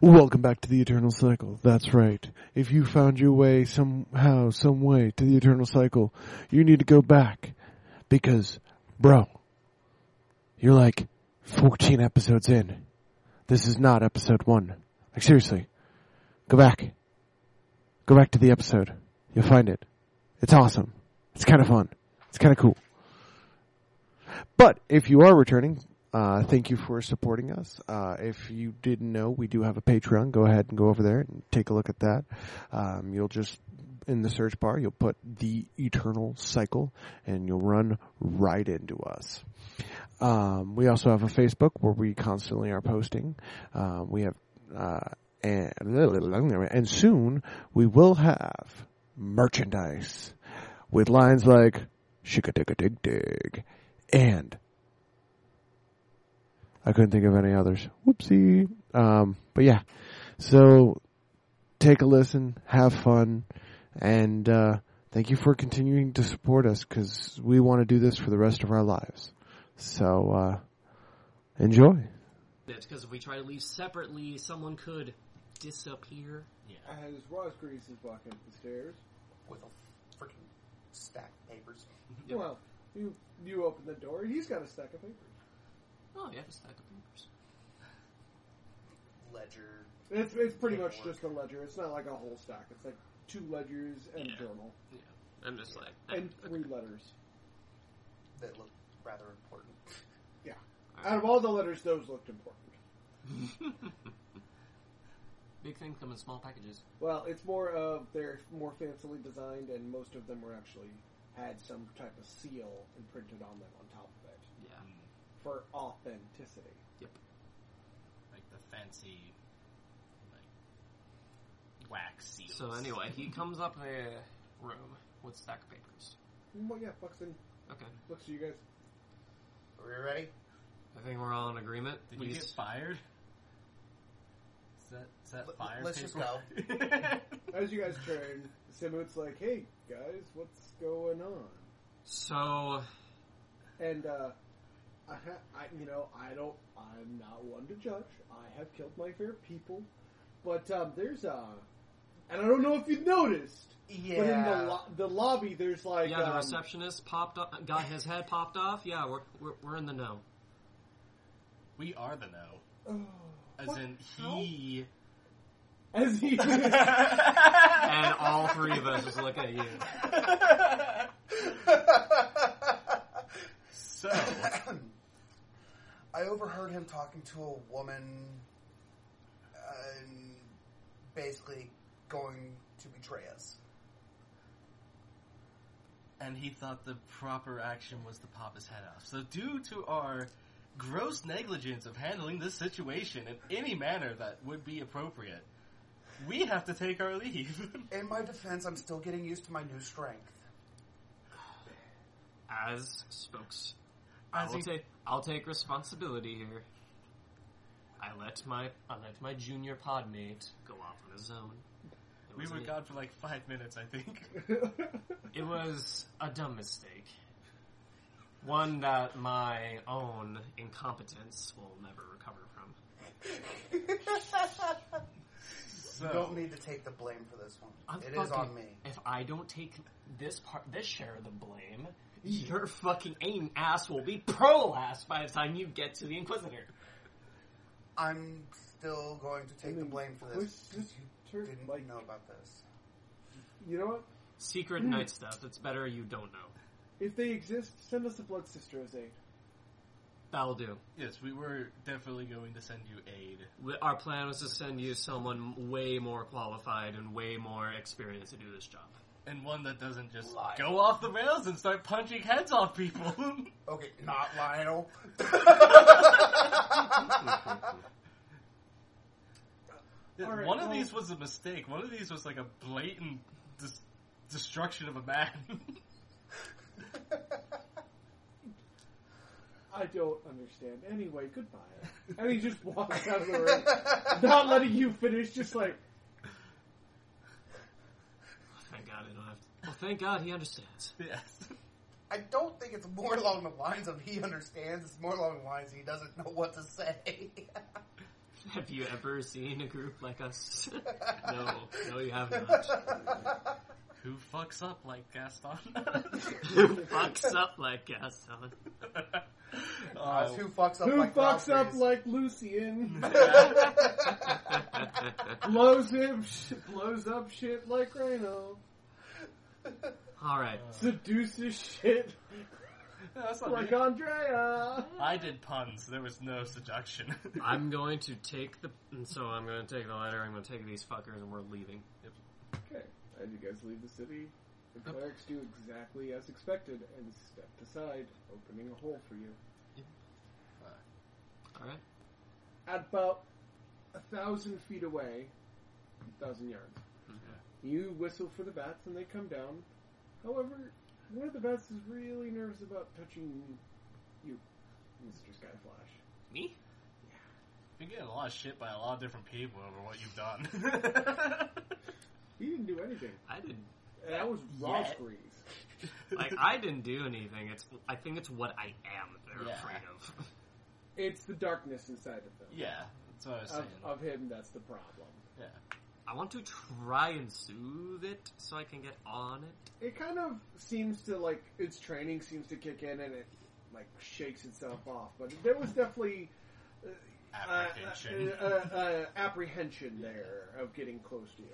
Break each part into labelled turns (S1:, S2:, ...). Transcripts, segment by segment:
S1: Welcome back to the Eternal Cycle. That's right. If you found your way somehow, some way to the Eternal Cycle, you need to go back. Because, bro, you're like 14 episodes in. This is not episode one. Like seriously. Go back. Go back to the episode. You'll find it. It's awesome. It's kind of fun. It's kind of cool. But if you are returning, uh, thank you for supporting us. Uh, if you didn't know, we do have a Patreon. Go ahead and go over there and take a look at that. Um, you'll just in the search bar, you'll put the Eternal Cycle, and you'll run right into us. Um, we also have a Facebook where we constantly are posting. Um, we have uh, and, and soon we will have merchandise with lines like "shika dig dig dig" and I couldn't think of any others. Whoopsie. Um, but yeah, so take a listen, have fun, and uh, thank you for continuing to support us because we want to do this for the rest of our lives. So uh, enjoy.
S2: That's because if we try to leave separately, someone could disappear. Yeah.
S3: As Ross Grease is walking up the stairs,
S4: with a freaking stack of papers.
S3: well, you you open the door. He's got a stack of papers.
S2: Oh, yeah, just stack of papers.
S4: Ledger.
S3: It's it's pretty much
S4: Paperwork.
S3: just a ledger. It's not like a whole stack. It's like two ledgers and a journal
S2: Yeah. I'm just like, eh,
S3: and
S2: okay.
S3: three letters.
S4: that look rather important.
S3: Yeah. Out of all the letters, those looked important.
S2: big things come in small packages.
S3: Well, it's more of they're more fancily designed, and most of them were actually had some type of seal imprinted on them on top of it
S2: Yeah.
S3: for authenticity.
S5: like the fancy like wax seals.
S2: So anyway, he comes up the room with stack of papers.
S3: Well, yeah, Buxton
S2: Okay.
S3: looks at you guys.
S4: Are we ready?
S2: I think we're all in agreement.
S5: Did
S2: We
S5: you get
S2: s-
S5: fired? Is that, is that
S4: L-
S5: fire?
S4: let's just
S5: paper?
S3: As you guys turn, Simut's like, "Hey guys, what's going on?"
S2: so
S3: And uh, I, ha- I, you know, I don't. I'm not one to judge. I have killed my fair people, but um, there's a, and I don't know if you noticed,
S4: Yeah.
S3: but in the, lo- the lobby there's like
S2: yeah, the
S3: um,
S2: receptionist popped off, got his head popped off. Yeah, we're we're, we're in the know.
S5: we are the no.
S3: oh,
S5: As
S3: what?
S5: in
S3: How?
S5: he.
S3: as he
S2: And all three of us just look at you.
S5: so
S4: I overheard him talking to a woman and basically going to betray us.
S5: and he thought the proper action was to pop his head off. So due to our gross negligence of handling this situation in any manner that would be appropriate, we have to take our leave.
S4: In my defense, I'm still getting used to my new strength.
S2: As spokes,
S5: As
S2: I'll
S5: he-
S2: take I'll take responsibility here. I let my I let my junior podmate go off on his own. It
S5: we
S2: was
S5: were
S2: a-
S5: gone for like five minutes, I think.
S2: It was a dumb mistake. One that my own incompetence will never recover from.
S4: You
S5: So
S4: don't need to take the blame for this one.
S2: I'm
S4: it
S2: fucking,
S4: is on me.
S2: If I don't take this part, this share of the blame, your fucking aim ass will be prolapsed by the time you get to the Inquisitor.
S4: I'm still going to take the blame for this.
S3: Just turn-
S4: Didn't
S3: like,
S4: know about this.
S3: you know what?
S2: Secret
S4: Hmm.
S2: night stuff. It's better you don't know.
S3: If they exist, send us a blood sister as aid.
S2: That'll do.
S5: yes, we were definitely going to send you aid.
S2: We- Our plan was to send you someone way more qualified and way more experienced to do this job.
S5: And one that doesn't just
S4: Liar.
S5: go off the rails and start punching heads off people.
S4: Okay, not Lionel.
S3: All right,
S5: one of
S3: well-
S5: these was a mistake. One of these was like a blatant dis- destruction of a man.
S3: I don't understand. Anyway, goodbye. And he just walks out of the room, not letting you finish. Just like
S2: Thank God I don't have. To. Well, thank God he understands.
S5: yes.
S4: I don't think it's more along the lines of he understands. It's more along the lines he doesn't know what to say.
S2: Have you ever seen a group like us? no, no, you have not.
S5: Who fucks up like Gaston?
S2: Who fucks up like Gaston?
S4: Uh,
S5: oh,
S4: who fucks up
S3: Who
S4: like
S3: fucks up
S4: Valkyries?
S3: like Lucian?
S2: All
S3: blows him, sh- blows up shit like Rhino.
S2: right.
S3: Seduces shit
S5: that's not
S3: like
S5: me.
S3: Andrea.
S5: I did puns. There was no seduction.
S2: I'm going to take the. So I'm going to take the ladder. I'm going to take these fuckers, and we're leaving.
S3: Okay, as you guys leave the city, the clerics do exactly as expected and step aside, opening a hole for you.
S2: All right.
S3: At about a thousand feet away, a thousand yards, you whistle for the bats and they come down. However, one of the bats is really nervous about touching you, Mr. Skyflash.
S2: Me?
S5: You're getting a lot of shit by a lot of different people over what you've done.
S3: He didn't do anything.
S2: I did.
S3: That was raw
S5: Yet.
S3: squeeze.
S2: Like I didn't do anything. It's. I think it's what I am. They're
S5: Yeah.
S2: afraid of.
S3: It's the darkness inside of them.
S5: yeah, that's what I was saying.
S3: Of, of him, that's the problem.
S5: yeah.
S2: I want to try and soothe it so I can get on it.
S3: It kind of seems to like its training seems to kick in and it like shakes itself off. But there was definitely uh,
S5: Apprehension.
S3: uh, uh, uh, apprehension there of getting close to you.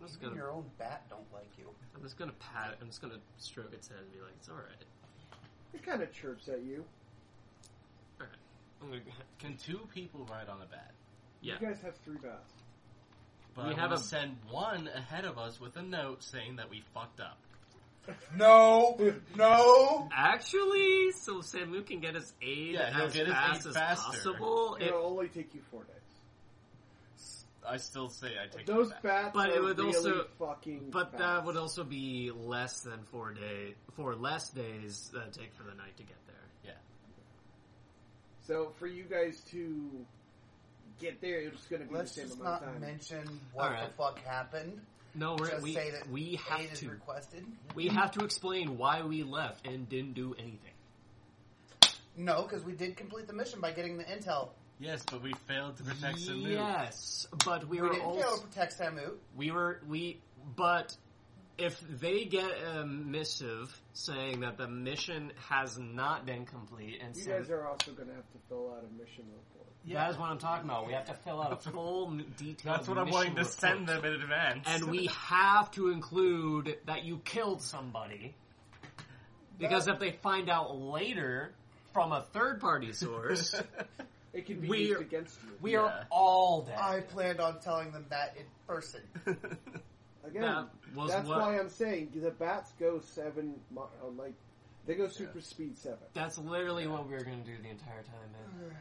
S2: I'm just
S4: Even
S2: gonna.
S4: your own bat don't like you.
S2: I'm just gonna pat it. I'm just gonna stroke its head and be like, "It's all right.
S3: It kind of chirps at you.
S2: All right." I'm
S3: uh,
S2: gonna,
S5: Can two people ride on a bat?
S2: yeah.
S3: You guys have three bats.
S5: But
S2: We
S5: we I
S2: have
S5: have to
S2: a-
S5: send one ahead of us with a note saying that we fucked up.
S4: No, no.
S2: Actually, so Samu can get his aid
S5: Yeah, he'll
S2: as
S5: get his
S2: fast
S5: aid
S2: as
S5: faster.
S2: possible. It-
S3: It'll only take you four days.
S5: I still say I take
S3: Those
S5: it back.
S3: bats
S2: But
S3: are
S2: it would
S3: really
S2: also-
S3: fucking.
S2: but that
S3: fast.
S2: would also be less than four day, four less days that it take for the night to get there.
S3: So for you guys to get there, it's going to be
S4: Let's
S3: the same
S4: just
S3: amount
S4: not
S3: of time.
S4: mention what
S2: Alright.
S4: the fuck happened.
S2: No, we're,
S4: Just
S2: we
S4: say that
S2: we
S4: aid
S2: have
S4: is
S2: to
S4: requested.
S2: we have to explain why we left and didn't do anything.
S4: No, because we did complete the mission by getting the intel.
S5: Yes, but we failed to protect Samu.
S2: yes, but we,
S4: We
S2: were
S4: didn't fail to
S2: also
S4: protect Samu.
S2: we were we but if they get a missive saying that the mission has not been complete and
S3: You
S2: send
S3: guys are also going to have to fill out a mission report.
S2: That is what I'm talking about. We have to fill out a full m- detailed.
S5: That's what I'm wanting
S2: mission
S5: to send
S2: report.
S5: them in advance.
S2: And we have to include that you killed somebody, because if they find out later from a third party source,
S3: It can be
S2: We're-
S3: used against you.
S2: we
S5: Yeah.
S2: are all dead.
S4: I planned on telling them that in person.
S3: Again,
S2: that was
S3: that's
S2: what.
S3: why I'm saying the bats go seven, mi- uh, like they go super speed seven.
S2: that's literally what we were going to do the entire time, man.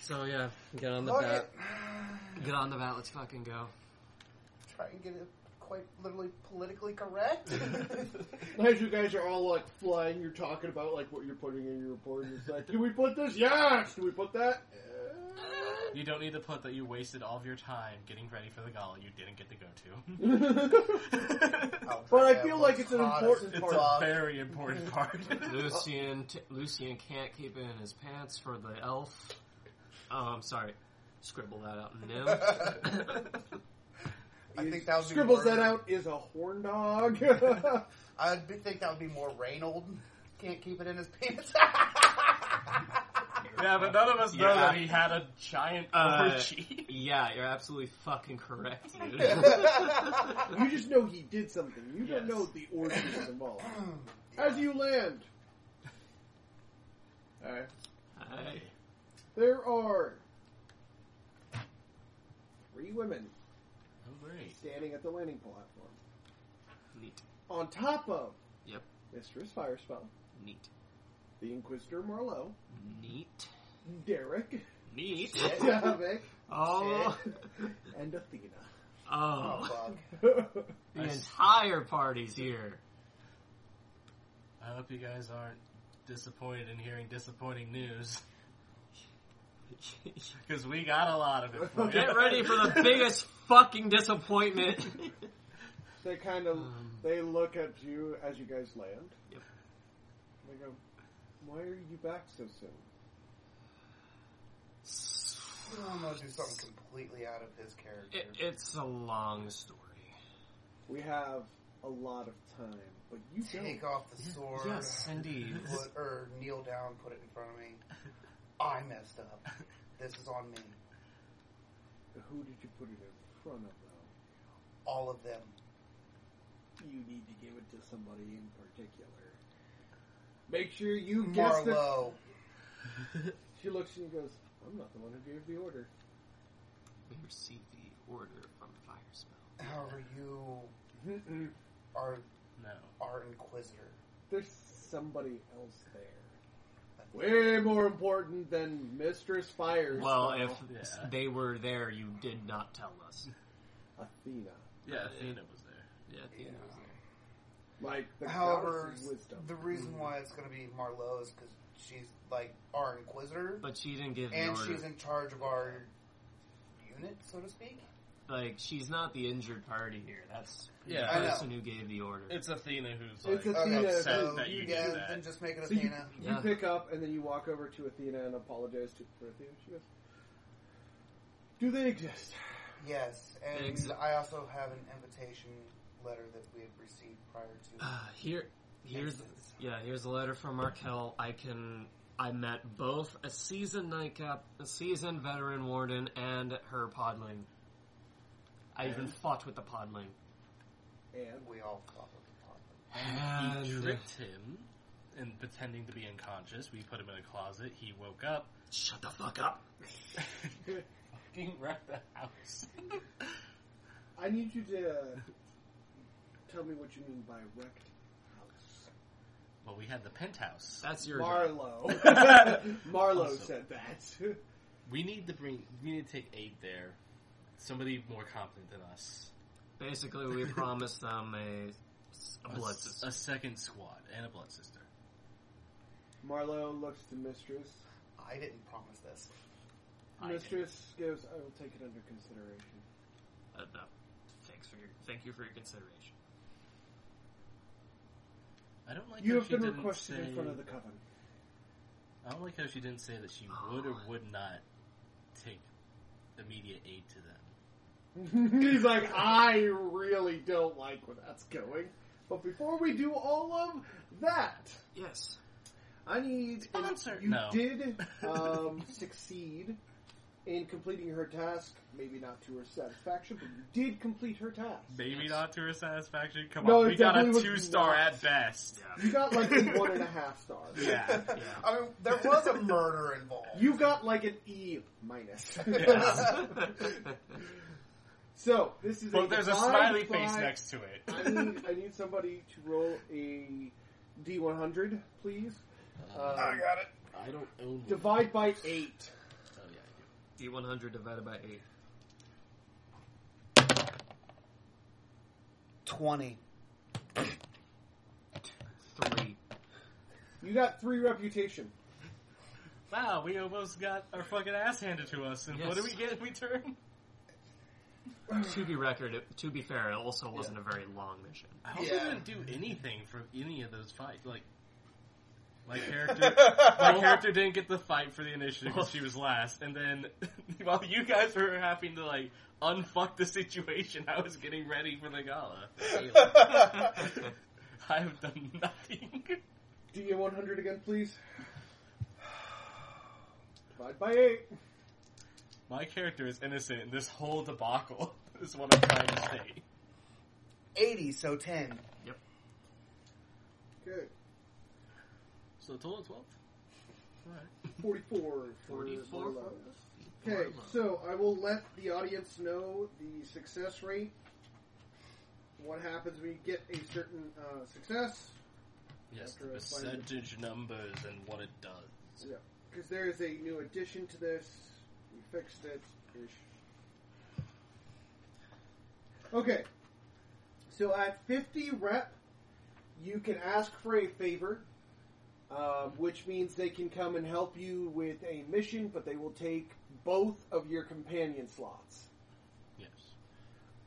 S2: So yeah, get on the
S4: Fuck
S2: bat.
S4: it.
S2: Get on the bat. Let's fucking go.
S4: Try and get it quite literally politically correct.
S3: As you guys are all like flying, you're talking about like what you're putting in your report. And it's like, do we put this? Yes. Do we put that?
S5: you don't need to put that you wasted all of your time getting ready for the gala you didn't get to go to.
S4: Oh,
S3: But I feel like it's an important
S5: it's
S3: part.
S5: a very important part.
S2: Lucian, t- Lucian can't keep it in his pants for the elf. Oh, I'm sorry. Scribble that out, no.
S4: I think that would be
S3: scribbles
S4: more-
S3: that out is a horn dog.
S4: I would be- think that would be more Reynold. Can't keep it in his pants.
S2: Oh,
S5: yeah, but none of us know
S2: Yeah.
S5: that he had a giant
S2: Uh,
S5: orgy.
S2: yeah, you're absolutely fucking correct, dude.
S3: you just know he did something. You don't
S5: Yes.
S3: know the origin is involved. As you land, all right.
S2: Hey.
S3: There are three women
S5: Oh, great.
S3: standing at the landing platform.
S2: Neat.
S3: On top of
S2: Yep.
S3: Mistress Firespell,
S2: Neat.
S3: the Inquisitor Marlowe,
S2: Neat.
S3: Hmm. Derek,
S2: Neat.
S3: Javik,
S2: Oh.
S3: and Athena.
S4: oh,
S2: Oh.
S4: fuck.
S2: The
S5: Nice.
S2: entire party's here.
S5: I hope you guys aren't disappointed in hearing disappointing news because we got a lot of it. For you.
S2: Get ready for the biggest fucking disappointment.
S3: they kind of
S2: Um.
S3: they look at you as you guys land.
S2: Yep.
S3: They go, "Why are you back so soon?"
S4: Anselmo do something completely out of his character.
S2: It, it's a long story.
S3: We have a lot of time, but you
S4: Take
S3: don't.
S4: off the sword,
S2: Yes, indeed.
S4: put, or kneel down, put it in front of me. I messed up. This is on me.
S3: Who did you put it in front of, though?
S4: All of them.
S3: You need to give it to somebody in particular. Make sure you guess the
S4: Marlowe.
S3: She looks and goes, I'm not the one who gave the order.
S2: We received the order from the fire spell.
S4: However, you
S3: Mm-mm.
S4: are
S5: No.
S4: our inquisitor.
S3: There's somebody else there. Way more important than Mistress Fire.
S2: Well, if
S3: Spell,
S5: Yeah.
S2: they were there, you did not tell us.
S3: Athena,
S5: Yeah, Athena was there.
S2: Yeah,
S4: Yeah.
S2: Athena was there.
S3: like the
S4: However,
S3: goddess of wisdom. Mm-hmm.
S4: the reason why it's going to be Marlowe is because she's like our inquisitor,
S2: But she didn't give the
S4: and
S2: order.
S4: she's in charge of our unit, so to speak.
S2: like, she's not the injured party here. That's
S5: Yeah.
S2: the
S4: I know.
S2: person who gave the order.
S5: It's Athena who's like.
S3: It's Athena,
S4: Okay,
S5: upset
S4: so
S5: that you
S4: you
S5: did
S4: guys
S5: that.
S4: then just make it
S3: So you,
S4: Athena.
S3: you
S2: Yeah.
S3: pick up and then you walk over to Athena and apologize to for Athena. She goes, "Do they exist?"
S4: Yes, and
S2: Ex-
S4: I also have an invitation letter that we had received prior to.
S2: Uh, here, here's
S4: Excellent.
S2: yeah, here's a letter from Markel. I can. I met both a seasoned nightcap, a seasoned veteran warden, and her podling. I even fought with the podling.
S3: And
S4: We all thought of the plot.
S5: He
S2: And
S5: tricked him and pretending to be unconscious. We put him in a closet. He woke up.
S2: shut the fuck up.
S5: Fucking wrecked the house.
S3: I need you to tell me what you mean by wrecked house.
S5: well, we had the penthouse.
S2: That's your.
S3: Marlowe. Marlowe
S5: Awesome.
S3: said that.
S5: We need to bring. We need to take aid there. Somebody more competent than us.
S2: Basically, we promised them a, a
S5: A
S2: blood
S5: s-
S2: system.
S5: a second squad and a blood sister.
S3: Marlowe looks to Mistress.
S4: I didn't promise this.
S2: I
S3: Mistress goes, I will take it under consideration.
S2: Uh, no. Thanks for your. Thank you for your consideration.
S5: I don't like
S3: you
S5: how
S3: have
S5: she
S3: been
S5: didn't
S3: requested
S5: say,
S3: in front of the coven.
S5: I don't like how she didn't say that she
S2: Ah.
S5: would or would not take immediate aid to them.
S3: He's like, I really don't like where that's going. But before we do all of that,
S2: Yes.
S3: I need
S5: Sponsor-
S3: You
S5: No.
S3: did um, succeed in completing her task. Maybe not to her satisfaction, but you did complete her task.
S5: Maybe
S2: Yes.
S5: not to her satisfaction. Come
S3: No,
S5: on,
S3: it
S5: we got a
S3: definitely was
S5: two star
S3: not.
S5: at best.
S2: Yeah.
S3: You got like a one and a half stars.
S5: Yeah.
S4: I mean, there was a murder involved.
S3: You got like an E minus. so this is.
S5: But there's a
S3: five
S5: smiley
S3: by-
S5: face next to it.
S3: I need, I need somebody to roll a D100, please. Um,
S4: got it.
S5: I don't own
S3: divide by eight.
S5: Oh yeah, I
S2: D100 E divided by eight.
S4: Twenty.
S2: Three.
S3: You got three reputation.
S5: do. Wow, we almost got our fucking ass handed to us, and what do we
S2: Yes.
S5: get in return?
S2: to be record, to be fair, it also wasn't a very long mission.
S5: I also
S4: Yeah.
S5: didn't do anything for any of those fights. Like my character, my character didn't get the fight for the initiative because she was last, and then while you guys were having to like unfuck the situation, I was getting ready for the gala. I have done nothing.
S3: D100 again, please. Divide by eight.
S5: My character is innocent in this whole debacle. Is what I'm trying to say.
S4: Eighty, so ten.
S3: Good.
S5: So total of twelve. All right.
S3: 44. for
S2: 44
S3: Marlo. Okay, so I will let the audience know the success rate. What happens when you get a certain uh, success?
S5: Yes, the
S3: After I find it.
S5: percentage numbers and what it does.
S3: Yeah, because there is a new addition to this. We fixed it. Ish. Okay. So at 50 rep, you can ask for a favor, um, which means they can come and help you with a mission, but they will take both of your companion slots.
S5: Yes.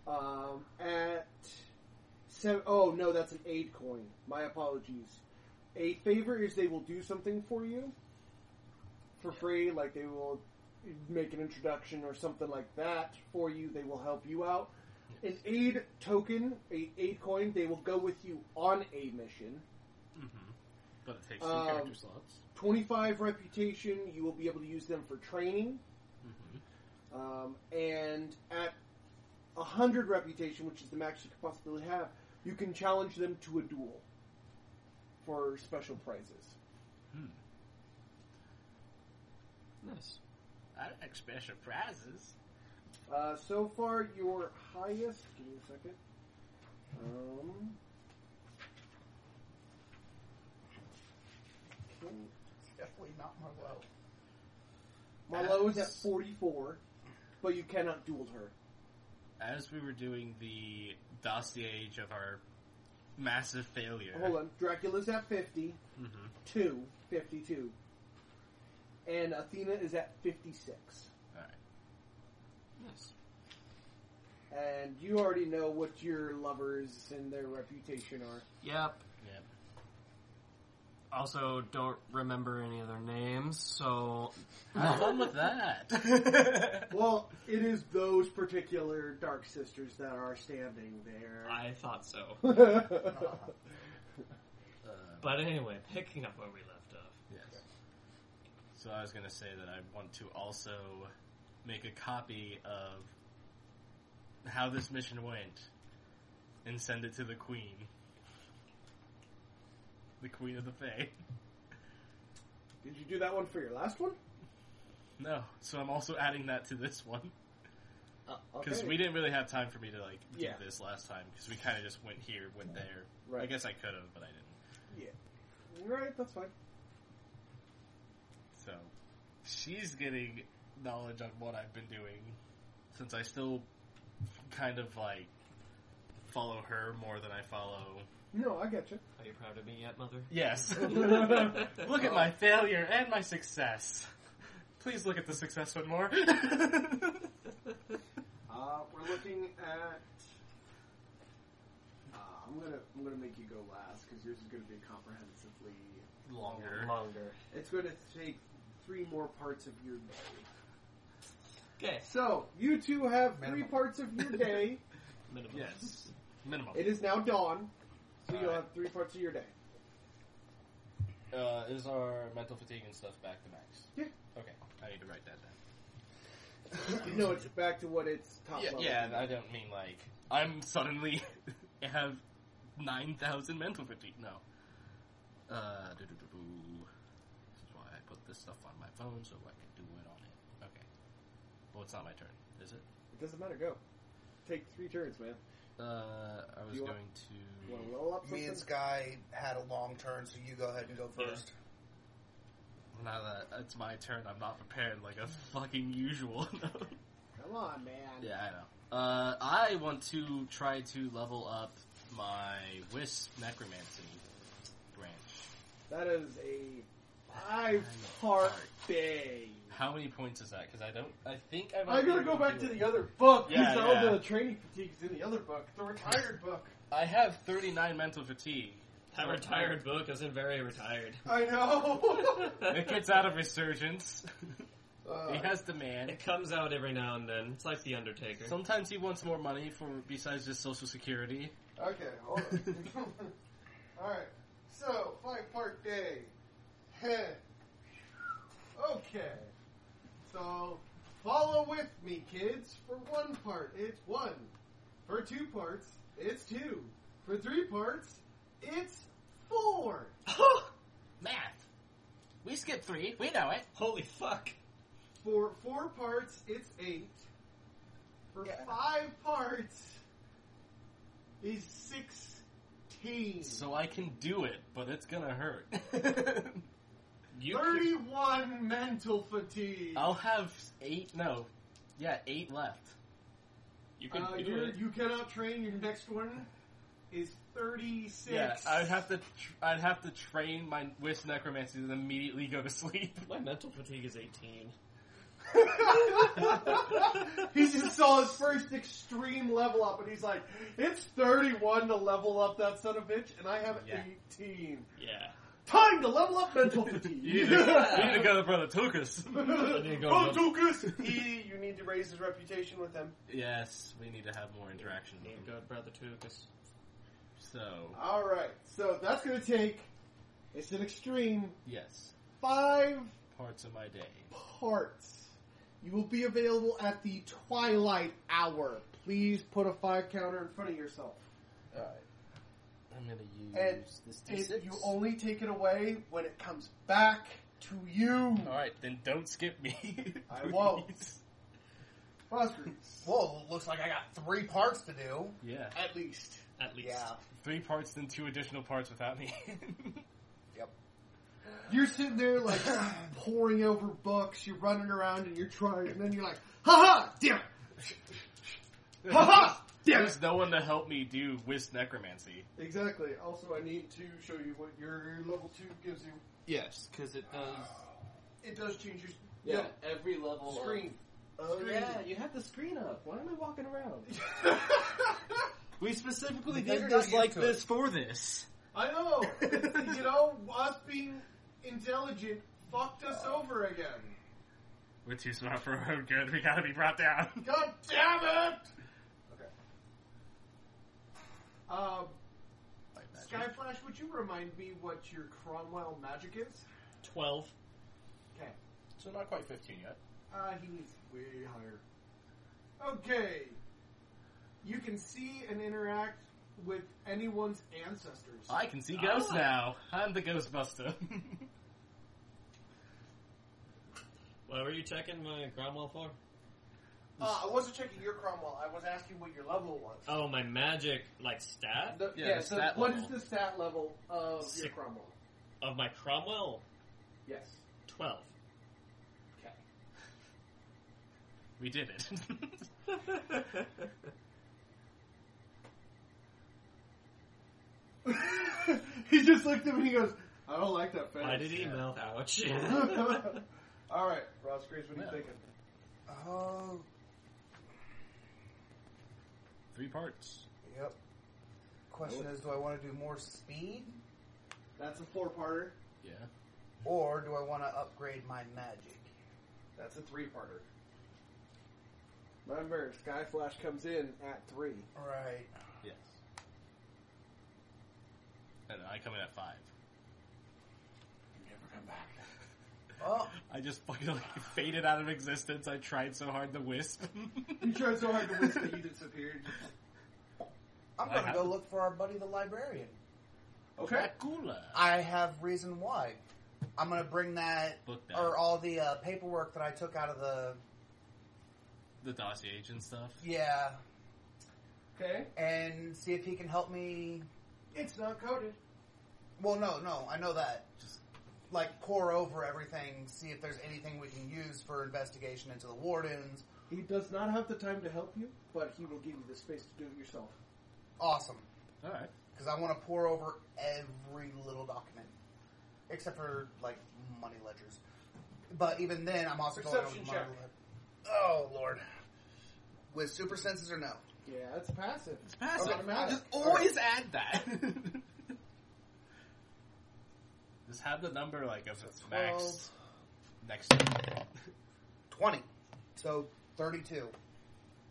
S3: Um, at seven, oh no, that's an aid coin. My apologies. A favor is they will do something for you for free, like they will make an introduction or something like that for you. They will help you out. An aid token, a aid coin, they will go with you on a mission.
S5: But it takes
S3: two Um, character
S5: slots.
S3: 25 reputation, you will be able to use them for training. Um, and at 100 reputation, which is the max you could possibly have, you can challenge them to a duel for special prizes.
S2: Nice.
S5: I don't expect surprises.
S3: Uh, so far, your highest. Give me a second. Um, okay.
S4: It's definitely not Marlowe.
S3: Marlo is at
S5: That's-
S3: 44, but you cannot duel her.
S5: As we were doing the dossier of our massive failure.
S3: Hold on. Dracula's at 50,
S5: Mhm.
S3: 2, 52. And Athena is at 56.
S5: Alright.
S2: Nice.
S3: And you already know what your lovers and their reputation are.
S2: Yep.
S5: Yep.
S2: Also, don't remember any of their names, so
S5: Have fun with that.
S3: Well, it is those particular Dark Sisters that are standing there.
S2: I thought so.
S3: Alright,
S5: uh,
S2: But anyway, picking up where we left off.
S5: yes. So I was going to say that I want to also make a copy of how this mission went and send it to the queen. The queen of the fae.
S3: Did you do that one for your last one?
S5: No, so I'm also adding that to this one
S3: Uh,
S5: because we didn't really have time for me to like do
S3: Yeah.
S5: this last time because we kind of just went here, went there.
S3: Right.
S5: I guess I could have, but I didn't.
S3: Right, that's fine.
S5: So she's getting knowledge on what I've been doing since I still kind of like follow her more than I follow.
S3: No, I get you.
S2: Are you proud of me yet, Mother?
S5: Yes. look at my failure and my success. Please look at the success one more.
S3: Uh, we're looking at. Uh, I'm gonna I'm gonna make you go last because yours is gonna be comprehensively.
S5: Longer.
S2: Longer.
S3: It's gonna take three more parts of your day.
S2: Okay.
S3: So you two have three
S4: Minimum.
S3: parts of your day.
S2: Minimum.
S5: Yes. Minimum.
S3: it is now dawn, so you'll
S5: Alright.
S3: have three parts of your day.
S5: Uh, is our mental fatigue and stuff back to max?
S3: Yeah.
S5: Okay, I need to write that down.
S3: no, it's back to what it's top
S5: yeah,
S3: level.
S5: yeah, and I don't mean like I'm suddenly have nine thousand mental fatigue. No. Uh, doo-doo-doo-doo. this is why I put this stuff on my phone so I can do it on it. Okay. Well, it's not my turn, is it?
S3: It doesn't matter. Go. Take three turns, man.
S5: Uh, I was
S3: You
S5: going
S3: want- You want to
S5: to.
S3: roll up
S4: Me and
S3: something?
S4: Sky had a long turn, so you go ahead and go
S5: Yeah.
S4: first.
S5: Now that it's my turn, I'm not prepared like a fucking usual.
S3: Come on, man.
S5: Yeah, I know. Uh, I want to try to level up my Wisp Necromancy branch.
S3: That is a
S5: Alright.
S3: five-part day.
S5: How many points is that? Because I don't. I think I. might
S3: I'm gonna
S5: be
S3: go
S5: able
S3: back
S5: do
S3: to
S5: it.
S3: the other book
S5: Yeah,
S3: because all
S5: yeah.
S3: the training fatigue's in the other book, the retired book.
S5: I have 39 mental fatigue.
S2: That retired book isn't very retired.
S3: I know. Uh,
S5: It gets out of resurgence. he has demand.
S2: It comes out every now and then. It's like The Undertaker.
S5: Sometimes he wants more money for besides just social security.
S3: okay, hold on. all right, so five-part day. Heh. okay, so follow with me, kids. For one part, it's one. For two parts, it's two. For three parts, it's four.
S5: Math. We skipped three. We know it.
S2: Holy fuck!
S3: For four parts, it's eight. For
S4: Yeah.
S3: five parts, is sixteen.
S5: So I can do it, but it's gonna hurt.
S2: You
S3: Thirty-one mental fatigue.
S5: I'll have eight. No, yeah, eight left.
S2: you can
S3: Uh,
S2: do
S3: you're-
S2: it.
S3: you cannot train. Your next one is thirty-six.
S5: Yeah, I'd have to. Tr- I'd have to train my wish necromancy and immediately go to sleep.
S2: My mental fatigue is 18.
S3: he just saw his first extreme level up, and he's like, "It's thirty-one to level up that son of a bitch, and I have
S5: Yeah.
S3: eighteen.
S2: Yeah.
S3: Time to level up mental fatigue.
S5: You need to, you need to go to Brother Tukas.
S2: I need to go
S3: Oh,
S2: to-
S3: Dukas! He, you need to raise his reputation with him.
S5: yes, we need to have more interaction.
S2: need to go to Brother Tukas.
S5: So,
S3: All right, so that's going to take. It's an extreme
S5: yes,
S3: five
S5: parts of my day.
S3: parts. You will be available at the twilight hour. Please put a five counter in front of yourself.
S5: I'm gonna use
S3: And
S5: this
S3: It,
S5: D6.
S3: you only take it away when it comes back to you.
S5: All right, then don't skip me.
S3: I
S5: please.
S3: won't. Buzzards,
S4: Well, looks like I got three parts to do.
S5: Yeah,
S3: at least.
S2: At least.
S4: Yeah.
S5: three parts, then two additional parts without me.
S4: Yep.
S3: You're sitting there like poring over books. You're running around and you're trying, and then you're like, "Ha ha, damn it! Ha ha, damn it!"
S5: There's no one to help me do Wisp Necromancy.
S3: Exactly. Also, I need to show you what your level two gives you.
S2: Yes, because it does.
S3: It does change your
S2: Yeah, every level.
S3: your screen.
S2: Oh,
S3: Screen.
S2: yeah, you had the screen up. Why am I walking around? We specifically
S4: Because
S2: did
S4: you're
S2: this
S4: not
S2: like
S4: used to it.
S2: this for this.
S3: I know. you know, us being intelligent fucked us over again.
S5: We're too smart for our own good. We gotta be brought down.
S3: God damn it! Okay. Um, Skyflash, would you remind me what your Cromwell magic is?
S2: Twelve.
S3: Okay.
S5: So not quite 15 yet.
S3: Uh, he needs way higher. Okay. You can see and interact with anyone's ancestors.
S5: I can see ghosts
S2: Ah.
S5: now. I'm the Ghostbuster.
S2: What were you checking my Cromwell for?
S3: Uh, I wasn't checking your Cromwell. I was asking what your level was.
S2: Oh, my magic like stat
S3: The-
S5: yeah,
S3: yeah,
S5: the
S3: so
S5: stat
S3: what
S5: level.
S3: is the stat level of your
S2: Six.
S3: Cromwell?
S2: of my Cromwell
S3: Yes.
S2: twelve.
S3: Okay.
S5: we did it.
S3: he just looked at me and he goes, I don't like that fence.
S2: Why did he mouth ouch?
S3: All right, Ross Grace, what are you
S5: Yeah.
S3: thinking?
S4: Oh,
S5: Three parts.
S4: yep. Question is, do I want to do more speed
S3: That's a four-parter.
S5: Yeah.
S4: or do I want to upgrade my magic?
S3: That's a three-parter. Remember, Skyflash comes in at three.
S4: Right.
S5: Yes. And I come in at five.
S4: Oh,
S5: I just fucking like, faded out of existence. I tried so hard to wisp.
S3: You tried so hard to win that you disappeared.
S4: I'm
S5: I
S4: going to
S5: have-
S4: go look for our buddy the librarian.
S3: Okay.
S5: Dracula.
S4: I have reason why. I'm going to bring that
S5: Book that.
S4: or all the uh, paperwork that I took out of the
S5: the dossiers and stuff.
S4: yeah,
S3: Okay.
S4: and see if he can help me.
S3: It's not coded.
S4: Well, no, no, I know that.
S5: Just-
S4: Like pour over everything, see if there's anything we can use for investigation into the wardens.
S3: He does not have the time to help you, but he will give you the space to do it yourself.
S4: Awesome,
S5: All right.
S4: because I want to pour over every little document, except for like money ledgers. But even then, I'm also
S3: Perception
S4: going over
S3: check.
S4: money led- Oh lord, with super senses or no?
S3: Yeah, it's passive. It's
S5: passive.
S3: Automatic.
S5: Just always add that. Just have the number like of its max next to it.
S4: Twenty, so thirty-two.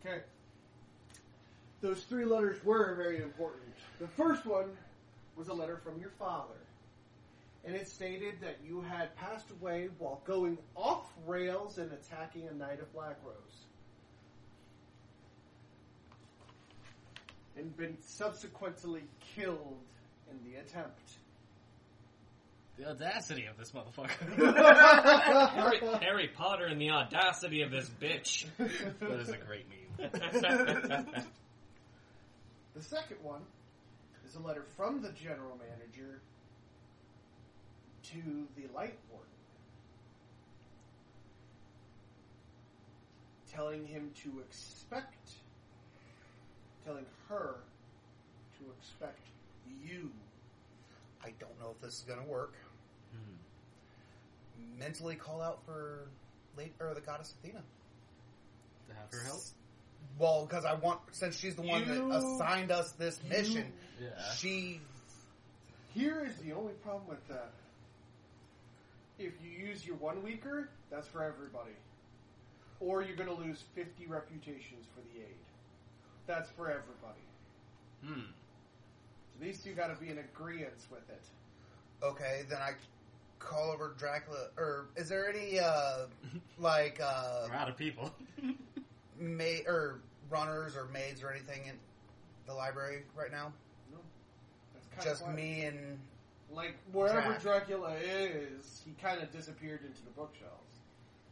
S3: Okay. Those three letters were very important. The first one was a letter from your father. And it stated that you had passed away while going off rails and attacking a knight of Black Rose. And been subsequently killed in the attempt.
S5: The audacity of this motherfucker.
S2: Harry,
S3: Alright.
S2: Harry Potter and the audacity of this bitch.
S5: that is a great meme.
S2: okay.
S3: The second one is a letter from the general manager to the light warden, telling him to expect, telling her to expect you.
S4: I don't know if this is going to work. Mentally call out for late or the goddess Athena.
S5: To have her help?
S4: Well, because I want since she's the one
S3: You-
S4: that assigned us this mission,
S5: Yeah.
S4: she
S3: Here is the only problem with that. if you use your one weaker, that's for everybody. Or you're going to lose 50 reputations for the aid. That's for everybody.
S5: Hmm.
S3: So these two got to be in agreement with it.
S4: Okay, then I call over Dracula. Or is there any uh, like uh,
S5: We're out of people.
S4: ma- or runners or maids or anything in the library right now?
S3: No, that's kinda
S4: Just
S3: quiet.
S4: me and
S3: Like wherever
S4: Drac.
S3: Dracula is, he kind of disappeared into the bookshelves.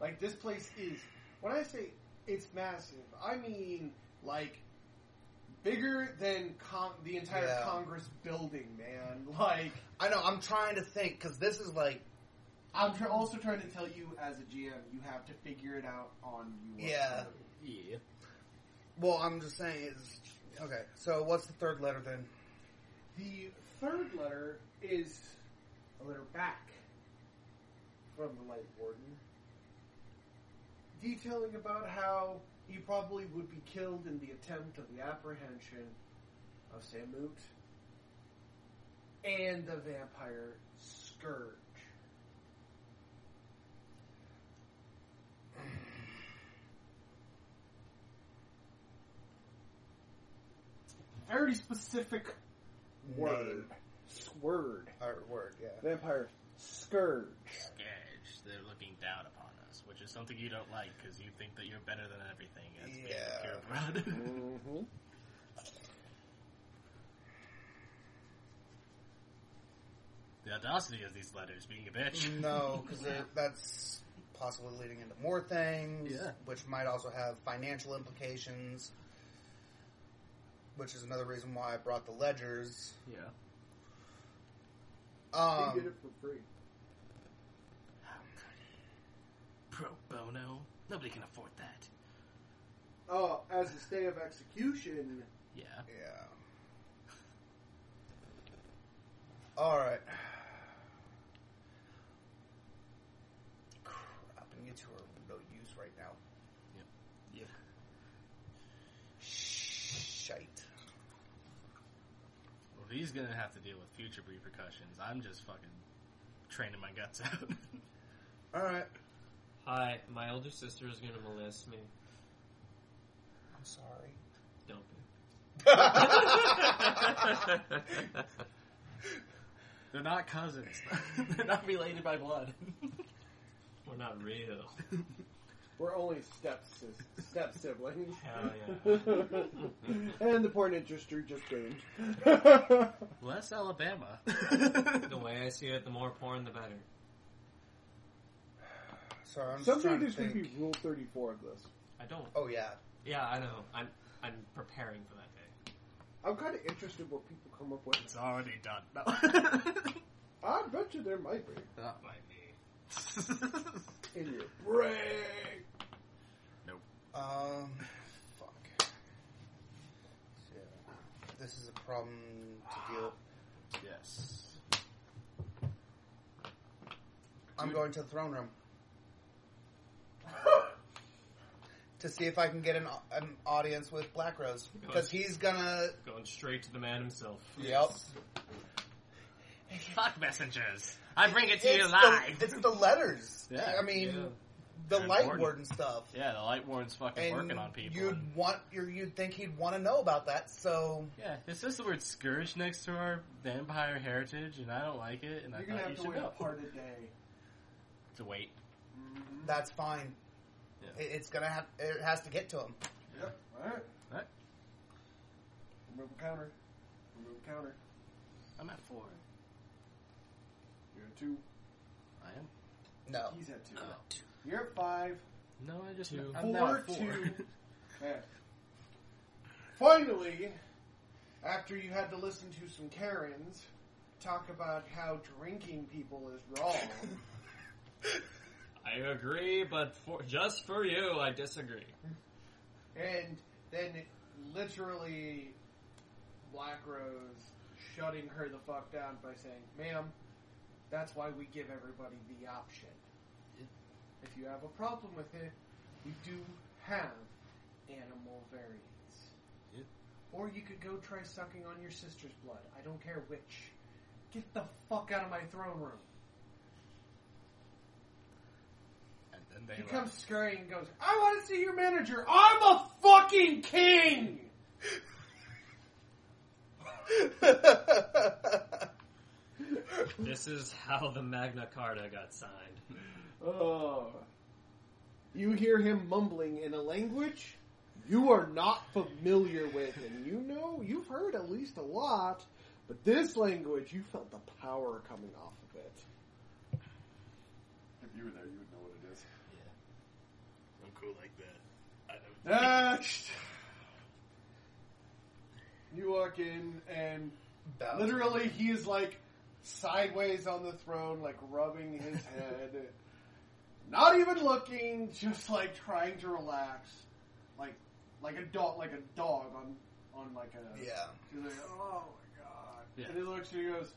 S3: Like this place is. When I say it's massive, I mean like bigger than con- the entire
S4: Yeah.
S3: Congress building, man. Like
S4: I know I'm trying to think because this is like
S3: I'm tr- also trying to tell you as a GM, you have to figure it out on your
S4: Yeah.
S3: own.
S5: yeah.
S4: well I'm just saying is okay. So what's the third letter then?
S3: The third letter is a letter back from the Light Warden, detailing about how he probably would be killed in the attempt of the apprehension of Samut and the vampire Scourge. Very specific word. Sword.
S4: Name or word? Yeah.
S3: Vampire Scourge.
S5: Scourge. They're looking down upon us, which is something you don't like because you think that you're better than everything as being
S4: Yeah.
S5: pure blood.
S3: Mm-hmm.
S5: the audacity of these letters being a bitch.
S4: No, because that's possibly leading into more things,
S5: Yeah.
S4: which might also have financial implications. Which is another reason why I brought the ledgers.
S5: Yeah.
S4: Um,
S3: for free.
S5: How could Pro bono? Nobody can afford that.
S3: Oh, as a stay of execution.
S5: Yeah.
S4: Yeah. All right. Crap, and you two are no use right now.
S5: Yep. Yep.
S4: Shite.
S5: Well, he's gonna have to deal with future repercussions. I'm just fucking training my guts out.
S4: All right.
S2: Hi, my older sister is gonna molest me.
S4: I'm
S2: Don't be.
S4: sorry.
S5: They're not cousins. They're not related by blood.
S2: We're not real.
S3: We're only step sis- step siblings.
S2: Hell
S3: and the porn industry just gained.
S5: Less Alabama.
S2: the way I see it, the more porn, the better.
S4: sorry, I'm just
S3: Someday
S4: trying to
S3: there's going to
S4: think.
S3: be Rule 34 of this.
S2: I don't.
S4: Oh yeah.
S2: Yeah, I know. I'm I'm preparing for that day.
S3: I'm kind of interested what people come up with.
S5: it's already done. No. that
S3: I bet you there might be
S5: might be.
S3: in your brain.
S4: Um, fuck. Yeah. This is a problem to deal.
S5: yes.
S4: I'm going to the throne room to see if I can get an, an audience with Black Rose because he's gonna.
S2: Going straight to the man himself.
S4: Yep.
S5: Fuck messengers. I bring it to you
S4: the,
S5: live.
S4: it's the letters.
S5: Yeah.
S4: I mean,
S2: Yeah.
S4: the
S5: They're
S4: light
S5: important.
S4: warden stuff.
S5: yeah, the light warden's fucking
S4: And
S5: working on people.
S4: you'd want, you you'd think he'd want to know about that. So
S5: Yeah, it says the word scourge next to our vampire heritage, and I don't like it. And
S3: You're
S5: I
S3: going to
S5: thought
S3: have
S5: you
S3: to
S5: should
S3: wait a
S5: know.
S3: part of the day.
S5: to wait.
S4: that's fine.
S5: Yeah.
S4: It, it's gonna have. It has to get to him.
S3: Yep. Alright.
S5: Alright.
S3: Remove a counter. Remove a counter.
S5: I'm at four.
S3: You're at two.
S5: I am.
S4: No.
S5: Oh.
S3: He's at two. You're at five.
S5: No, I just
S2: Two.
S5: I'm now at four.
S3: Four, two. Man. Finally, after you had to listen to some Karens talk about how drinking people is wrong,
S2: I agree, but for just for you, I disagree.
S3: and then literally Black Rose shutting her the fuck down by saying, ma'am, that's why we give everybody the option. If you have a problem with it, we do have animal variants.
S5: Yeah.
S3: Or you could go try sucking on your sister's blood. I don't care which. Get the fuck out of my throne room.
S6: and they
S3: He
S6: left.
S3: comes scurrying and goes, I want to see your manager. I'm a fucking king!
S2: This is how the Magna Carta got signed.
S3: Oh. You hear him mumbling in a language you are not familiar with, and you know you've heard at least a lot, but this language you felt the power coming off of it.
S7: If you were there, you would know what it is.
S5: I'm cool like that. I know.
S3: Next, you walk in, and
S4: That was-
S3: literally he is like sideways on the throne, like rubbing his head, not even looking, just like trying to relax, like like a dog, like a dog on on like a
S4: Yeah.
S3: He's like, oh my god,
S5: Yeah.
S3: and he looks and he goes,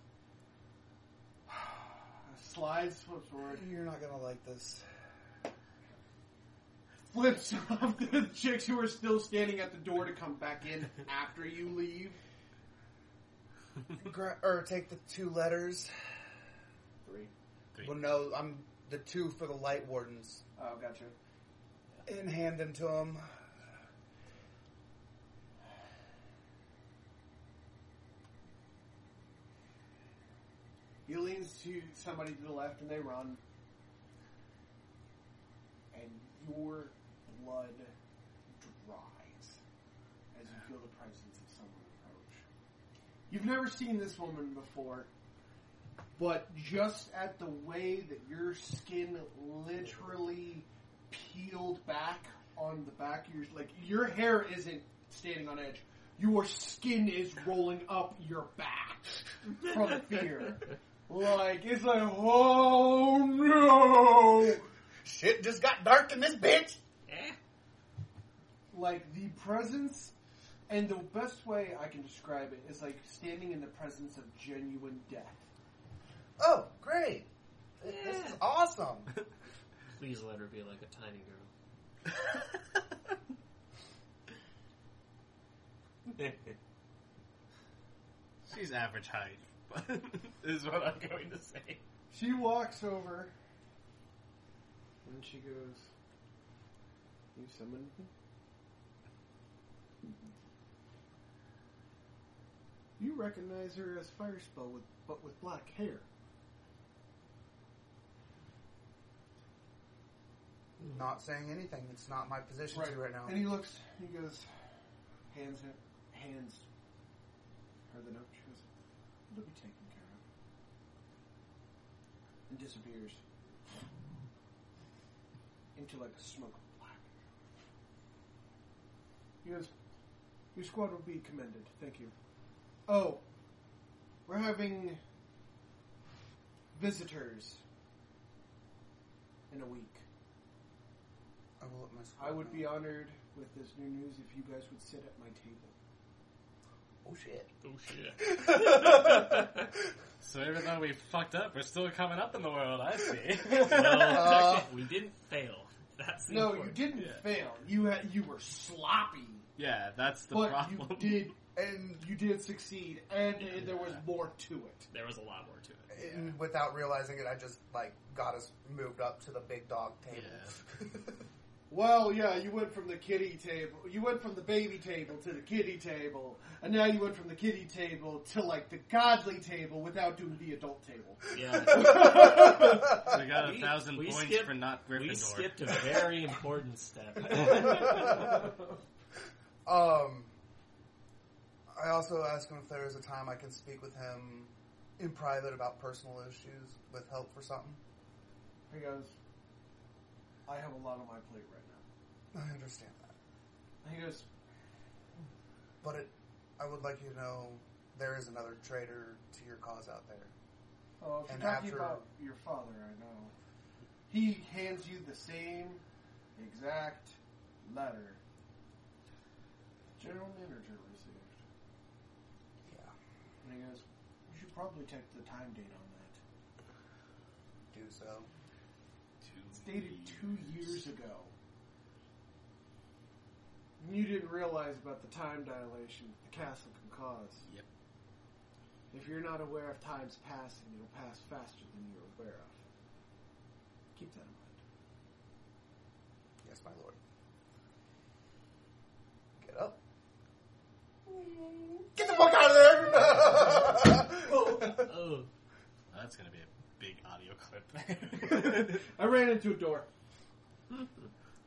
S3: slides flips forward,
S4: You're not gonna like this.
S3: flips off the chicks who are still standing at the door to come back in after you leave.
S4: Gra- or take the two letters.
S3: Three.
S5: Three.
S4: Well, no, I'm the two for the light wardens
S3: Oh, gotcha.
S4: and hand them to him.
S3: He leans to somebody to the left and they run. And your blood dries as you feel the presence of someone approach. You've never seen this woman before, but just at the way that your skin literally peeled back on the back of your like your hair isn't standing on edge. Your skin is rolling up your back from fear. Like it's like, oh no!
S4: Shit just got dark in this bitch.
S3: Like the presence, and the best way I can describe it is like standing in the presence of genuine death.
S4: Oh, great! Th- This is awesome.
S2: Please let her be like a tiny girl.
S5: She's average height, but is what I'm going to say.
S3: She walks over, and she goes, "You summoned me. You recognize her as Firespell, with but with black hair.
S4: Not saying anything. It's not my position to right now.
S3: And he looks. He goes, hands it, hands her the note. She goes, "It'll be taken care of." And disappears into like a smoke of black. He goes, "Your squad will be commended. Thank you." Oh, we're having visitors in a week.
S4: I will let my squad
S3: I would
S4: know.
S3: be honored with this new news if you guys would sit at my table.
S4: Oh shit!
S5: Oh shit. so even though we fucked up, we're still coming up in the world, I see.
S2: Well,
S4: Uh.
S2: we didn't fail. That's the
S3: No, you
S2: important-
S3: didn't
S5: Yeah.
S3: fail. You had, you were sloppy,
S5: yeah, that's the
S3: but
S5: problem.
S3: you did and you did succeed, and uh, there was more to it.
S2: There was a lot more to it.
S4: And without realizing it, I just like got us moved up to the big dog table.
S3: Well, yeah, you went from the kitty table, you went from the baby table to the kitty table, and now you went from the kitty table to like the godly table without doing the adult table.
S2: Yeah,
S5: we got
S2: We-
S5: a thousand
S2: we
S5: points
S2: skipped-
S5: for not Gryffindor.
S2: we skipped a very important step.
S4: Um, I also asked him if there is a time I can speak with him in private about personal issues with help for something.
S3: He goes, I have a lot on my plate right now.
S4: I understand that,
S3: He goes,
S4: but it, I would like you to know there is another traitor to your cause out there.
S3: Oh, if
S4: And
S3: you're talking
S4: after-
S3: about your father, I know. He hands you the same exact letter general manager received.
S4: Yeah,
S3: And he goes, You should probably check the time date on that.
S4: do so.
S3: It's dated two years ago. And you didn't realize about the time dilation the castle can cause.
S5: Yep.
S3: If you're not aware of time's passing, it'll pass faster than you're aware of. Keep that in mind.
S4: my lord. Get up. Get the fuck out of there!
S5: Oh, that's gonna be a big audio clip.
S3: I ran into a door.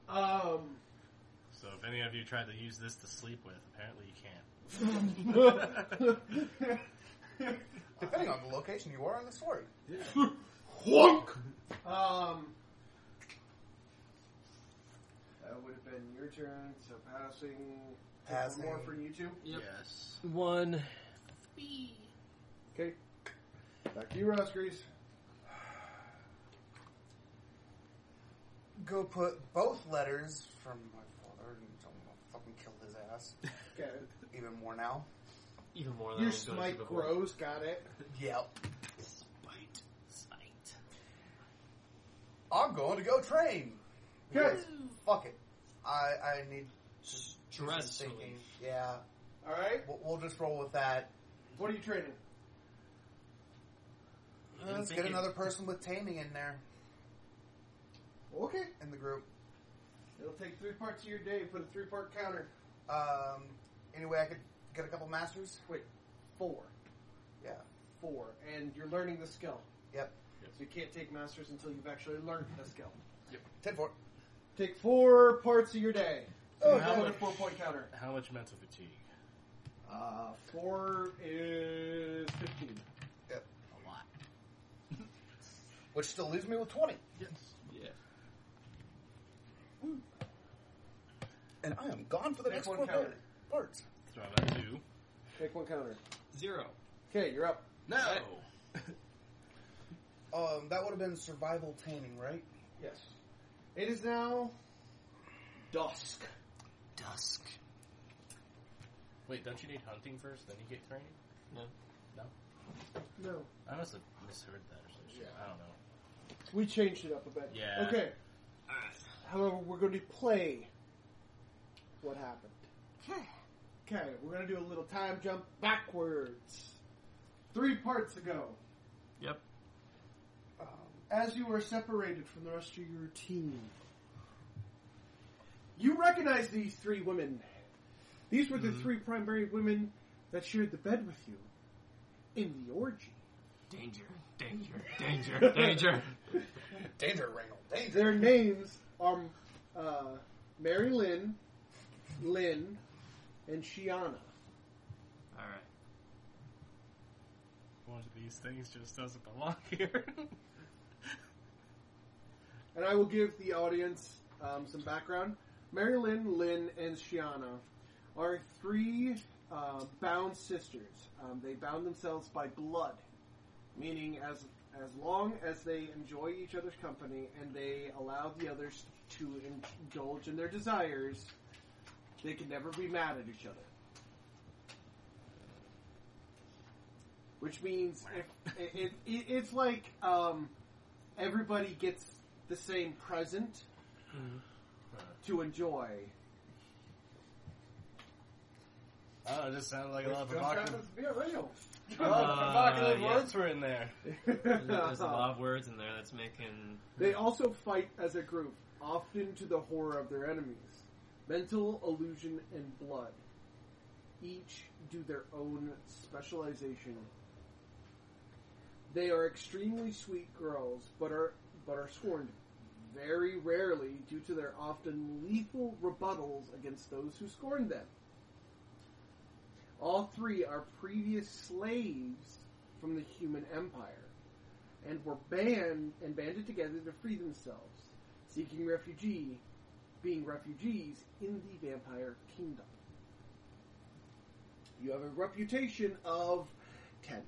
S3: Um,
S5: so if any of you tried to use this to sleep with, apparently you can't.
S4: Depending on the location you are on the sword.
S3: Wonk. Um, that would have been your turn. So passing. Take
S4: Passing.
S3: One more for you two.
S2: Yep.
S5: Yes.
S2: One.
S3: Okay. Back to you, Ross Grease.
S4: Go put both letters from my father and I'm gonna fucking kill his ass.
S3: Okay.
S4: Even more now.
S2: Even more than I
S3: Your
S2: was going to
S3: smite
S2: before.
S3: grows. Got it.
S4: Yep.
S5: Spite. Spite.
S4: I'm going to go train.
S3: Okay.
S4: Because Fuck it. I, I need to do some
S2: Stress
S4: thinking.
S2: relief.
S4: Yeah.
S3: All right.
S4: We'll, we'll just roll with that.
S3: What are you training?
S5: didn't
S4: Let's
S5: think
S4: get
S5: it-
S4: another person with taming in there
S3: Okay.
S4: in the group.
S3: It'll take three parts of your day. Put a three-part counter.
S4: Um, any way I could get a couple masters?
S3: Wait, four,
S4: Yeah.
S3: four, and you're learning the skill.
S4: Yep.
S3: So you can't take masters until you've actually learned the skill.
S4: Ten four.
S3: Take four parts of your day.
S5: Oh,
S3: Oh,
S5: how
S3: a
S5: much-
S3: four-point counter.
S5: How much mental fatigue?
S3: Uh, four is fifteen.
S4: Yep.
S5: A lot.
S4: Which still leaves me with twenty.
S5: Yes.
S2: Yeah.
S4: And I am gone for the
S3: Make
S4: next
S3: one
S4: four
S3: counter.
S4: pa- parts.
S5: So I'm at two.
S3: Take one counter.
S2: Zero.
S3: Okay, you're up.
S5: No.
S4: Um, that would have been survival taming, right?
S3: Yes. It is now dusk.
S5: Dusk. Wait, don't you need hunting first, then you get training?
S2: No.
S3: No.
S5: I must have misheard that or something.
S3: Yeah.
S5: I don't know.
S3: We changed it up a bit.
S5: Yeah.
S3: Okay. However, we're going to play what happened. Okay, we're going to do a little time jump backwards. Three parts ago,
S2: Yep.
S4: Um,
S3: as you were separated from the rest of your team, you recognize these three women. These were the three primary women that shared the bed with you in the orgy.
S2: Danger. Danger. Danger. danger.
S4: danger, Ringle. Danger.
S3: Their names are uh, Mary Lynn, Lynn, and Shiana.
S2: All right.
S5: One of these things just doesn't belong here.
S3: And I will give the audience um, some background. Mary Lynn, Lynn, and Shiana are three uh, bound sisters. Um, they bound themselves by blood, meaning as as long as they enjoy each other's company and they allow the others to indulge in their desires, they can never be mad at each other. Which means if, it, it, it's like um, everybody gets the same present uh, to enjoy.
S5: oh, it just sounded like a lot of
S3: Just
S5: provocative,
S3: happens to be a real.
S5: a lot of provocative
S2: Uh, yeah.
S5: words were in there.
S2: There's a lot of words in there that's making.
S3: They also fight as a group, often to the horror of their enemies. Mental, illusion, and blood each do their own specialization. They are extremely sweet girls, but are but are scorned very rarely due to their often lethal rebuttals against those who scorn them. All three are previous slaves from the human empire and were banned and banded together to free themselves, seeking refugee, being refugees in the vampire kingdom. You have a reputation of ten.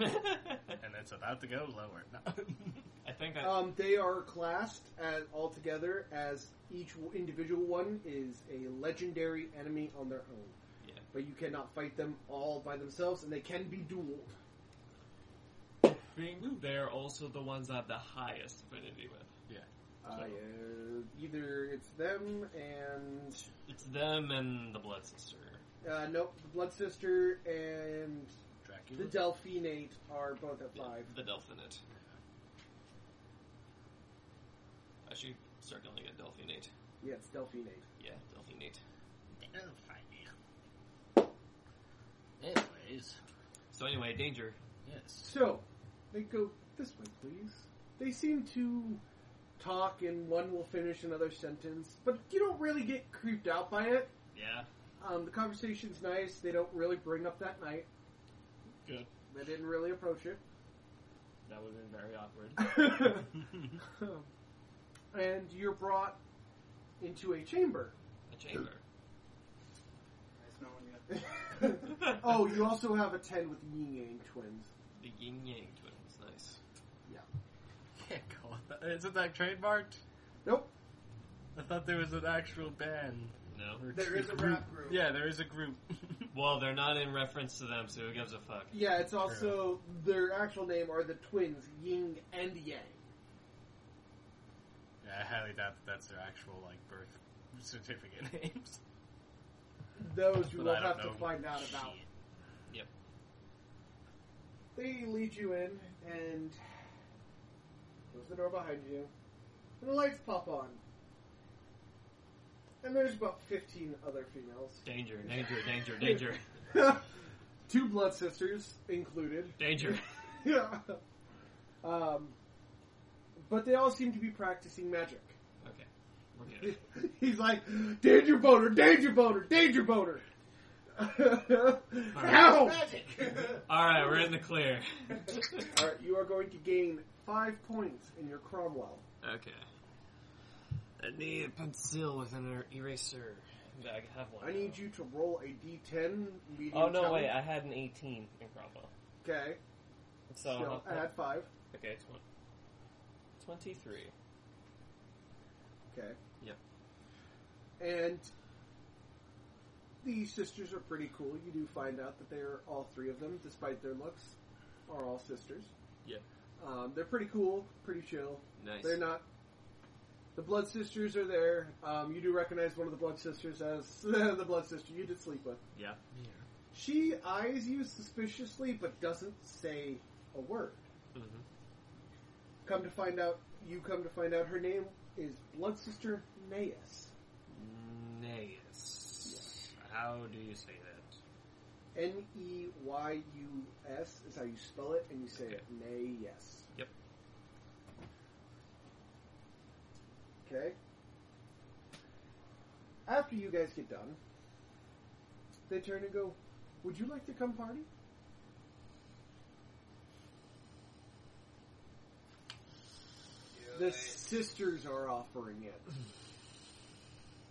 S5: And it's about to go lower. No.
S2: I think I.
S3: Um, they are classed as, altogether as each w- individual one is a legendary enemy on their own.
S2: Yeah.
S3: But you cannot fight them all by themselves, and they can be dueled.
S2: think they're also the ones I have the highest affinity with.
S3: Uh, either it's them and
S2: It's them and the Blood Sister.
S3: uh, nope, the Blood Sister and The
S5: Dracula.
S3: Delphinate are both at five.
S2: The Delphinate. I should circulate a Delphinate.
S3: Yeah, it's Delphine eight.
S2: Yeah, Delphinate.
S5: Oh, Anyways,
S2: So anyway, danger.
S5: yes.
S3: So, they go this way, please. They seem to talk, and one will finish another sentence, but you don't really get creeped out by it.
S2: Yeah.
S3: Um, the conversation's nice. They don't really bring up that night.
S2: Good.
S3: They didn't really approach it.
S2: That would have been very awkward.
S3: and you're brought into a chamber.
S2: A chamber.
S4: There's no one yet.
S3: oh, you also have a ten with Yin Yang twins.
S2: The yin yang twins. Nice.
S5: Can't call it that. Isn't that trademarked?
S3: Nope.
S5: I thought there was an actual band.
S2: No.
S5: or
S4: There is a rap group.
S5: Yeah, there is a group.
S2: Well, they're not in reference to them, so who gives a fuck?
S3: Yeah, it's also their actual name are the twins Ying and Yang.
S5: yeah, I highly doubt that that's their actual like birth certificate names.
S3: Those you
S5: But
S3: will
S5: I don't
S3: have to
S5: know
S3: find out about.
S5: shit.
S3: They lead you in and close the door behind you, and the lights pop on. And there's about fifteen other females,
S2: Danger, danger, danger, danger,
S3: two blood sisters included.
S2: danger.
S3: Yeah. Um, but they all seem to be practicing magic.
S2: Okay, we're good.
S3: He's like, danger boner, danger boner, danger boner. Ow!
S4: Magic!
S2: All right, we're in the clear.
S3: All right, you are going to gain five points in your Cromwell.
S2: Okay. I need a pencil with an er- eraser. Yeah, I have one.
S3: I need you to roll a D10 medium.
S2: Oh no,
S3: challenge.
S2: wait! I had an 18 in Cromwell,
S3: Okay,
S2: so
S3: so
S2: I'll have-
S3: add five.
S2: okay, twen- 23.
S3: Okay.
S2: Yep.
S3: And these sisters are pretty cool. You do find out that they are all three of them, despite their looks, are all sisters.
S2: Yep.
S3: Um, they're pretty cool, pretty chill.
S2: Nice.
S3: They're not. The Blood Sisters are there. Um, you do recognize one of the Blood Sisters as the Blood Sister you did sleep with.
S2: Yeah.
S3: She eyes you suspiciously, but doesn't say a word.
S2: Mm-hmm.
S3: Come to find out, you come to find out her name is Blood Sister Naeus.
S2: Mm-hmm. Naeus. How do you say that?
S3: N E Y U S is how you spell it, and you say
S2: Okay.
S3: it Naeus.
S2: Yep.
S3: Okay. After you guys get done, they turn and go, Would you like to come party? The sisters are offering it.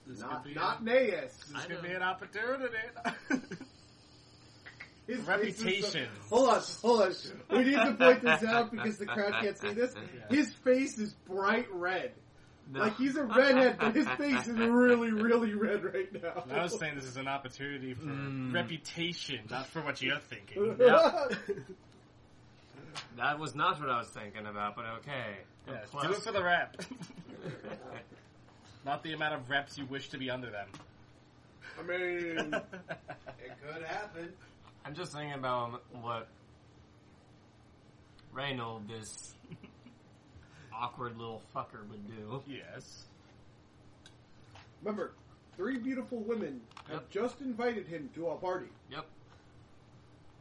S5: This
S3: Not,
S5: could be
S3: not
S5: a,
S3: Naeus.
S5: this
S2: I
S5: could
S2: know.
S5: be an opportunity.
S3: His face is so-
S5: Reputation.
S3: Hold on, hold on. We need to point this out because the crowd can't see this.
S5: Yeah.
S3: His face is bright red. Like he's a redhead, but his face is really, really red right now.
S5: I was saying this is an opportunity for
S2: Mm.
S5: reputation, not for what you're thinking.
S2: That was not what I was thinking about, but okay.
S5: Yes,
S2: Plus.
S5: do it for the rep. not the amount of reps you wish to be under
S3: I mean,
S5: them.
S4: It could happen.
S2: I'm just thinking
S5: um,
S2: about what Reynold, this awkward little fucker, would do.
S5: yes.
S3: remember, three beautiful women have
S2: Yep.
S3: just invited him to a party
S2: Yep,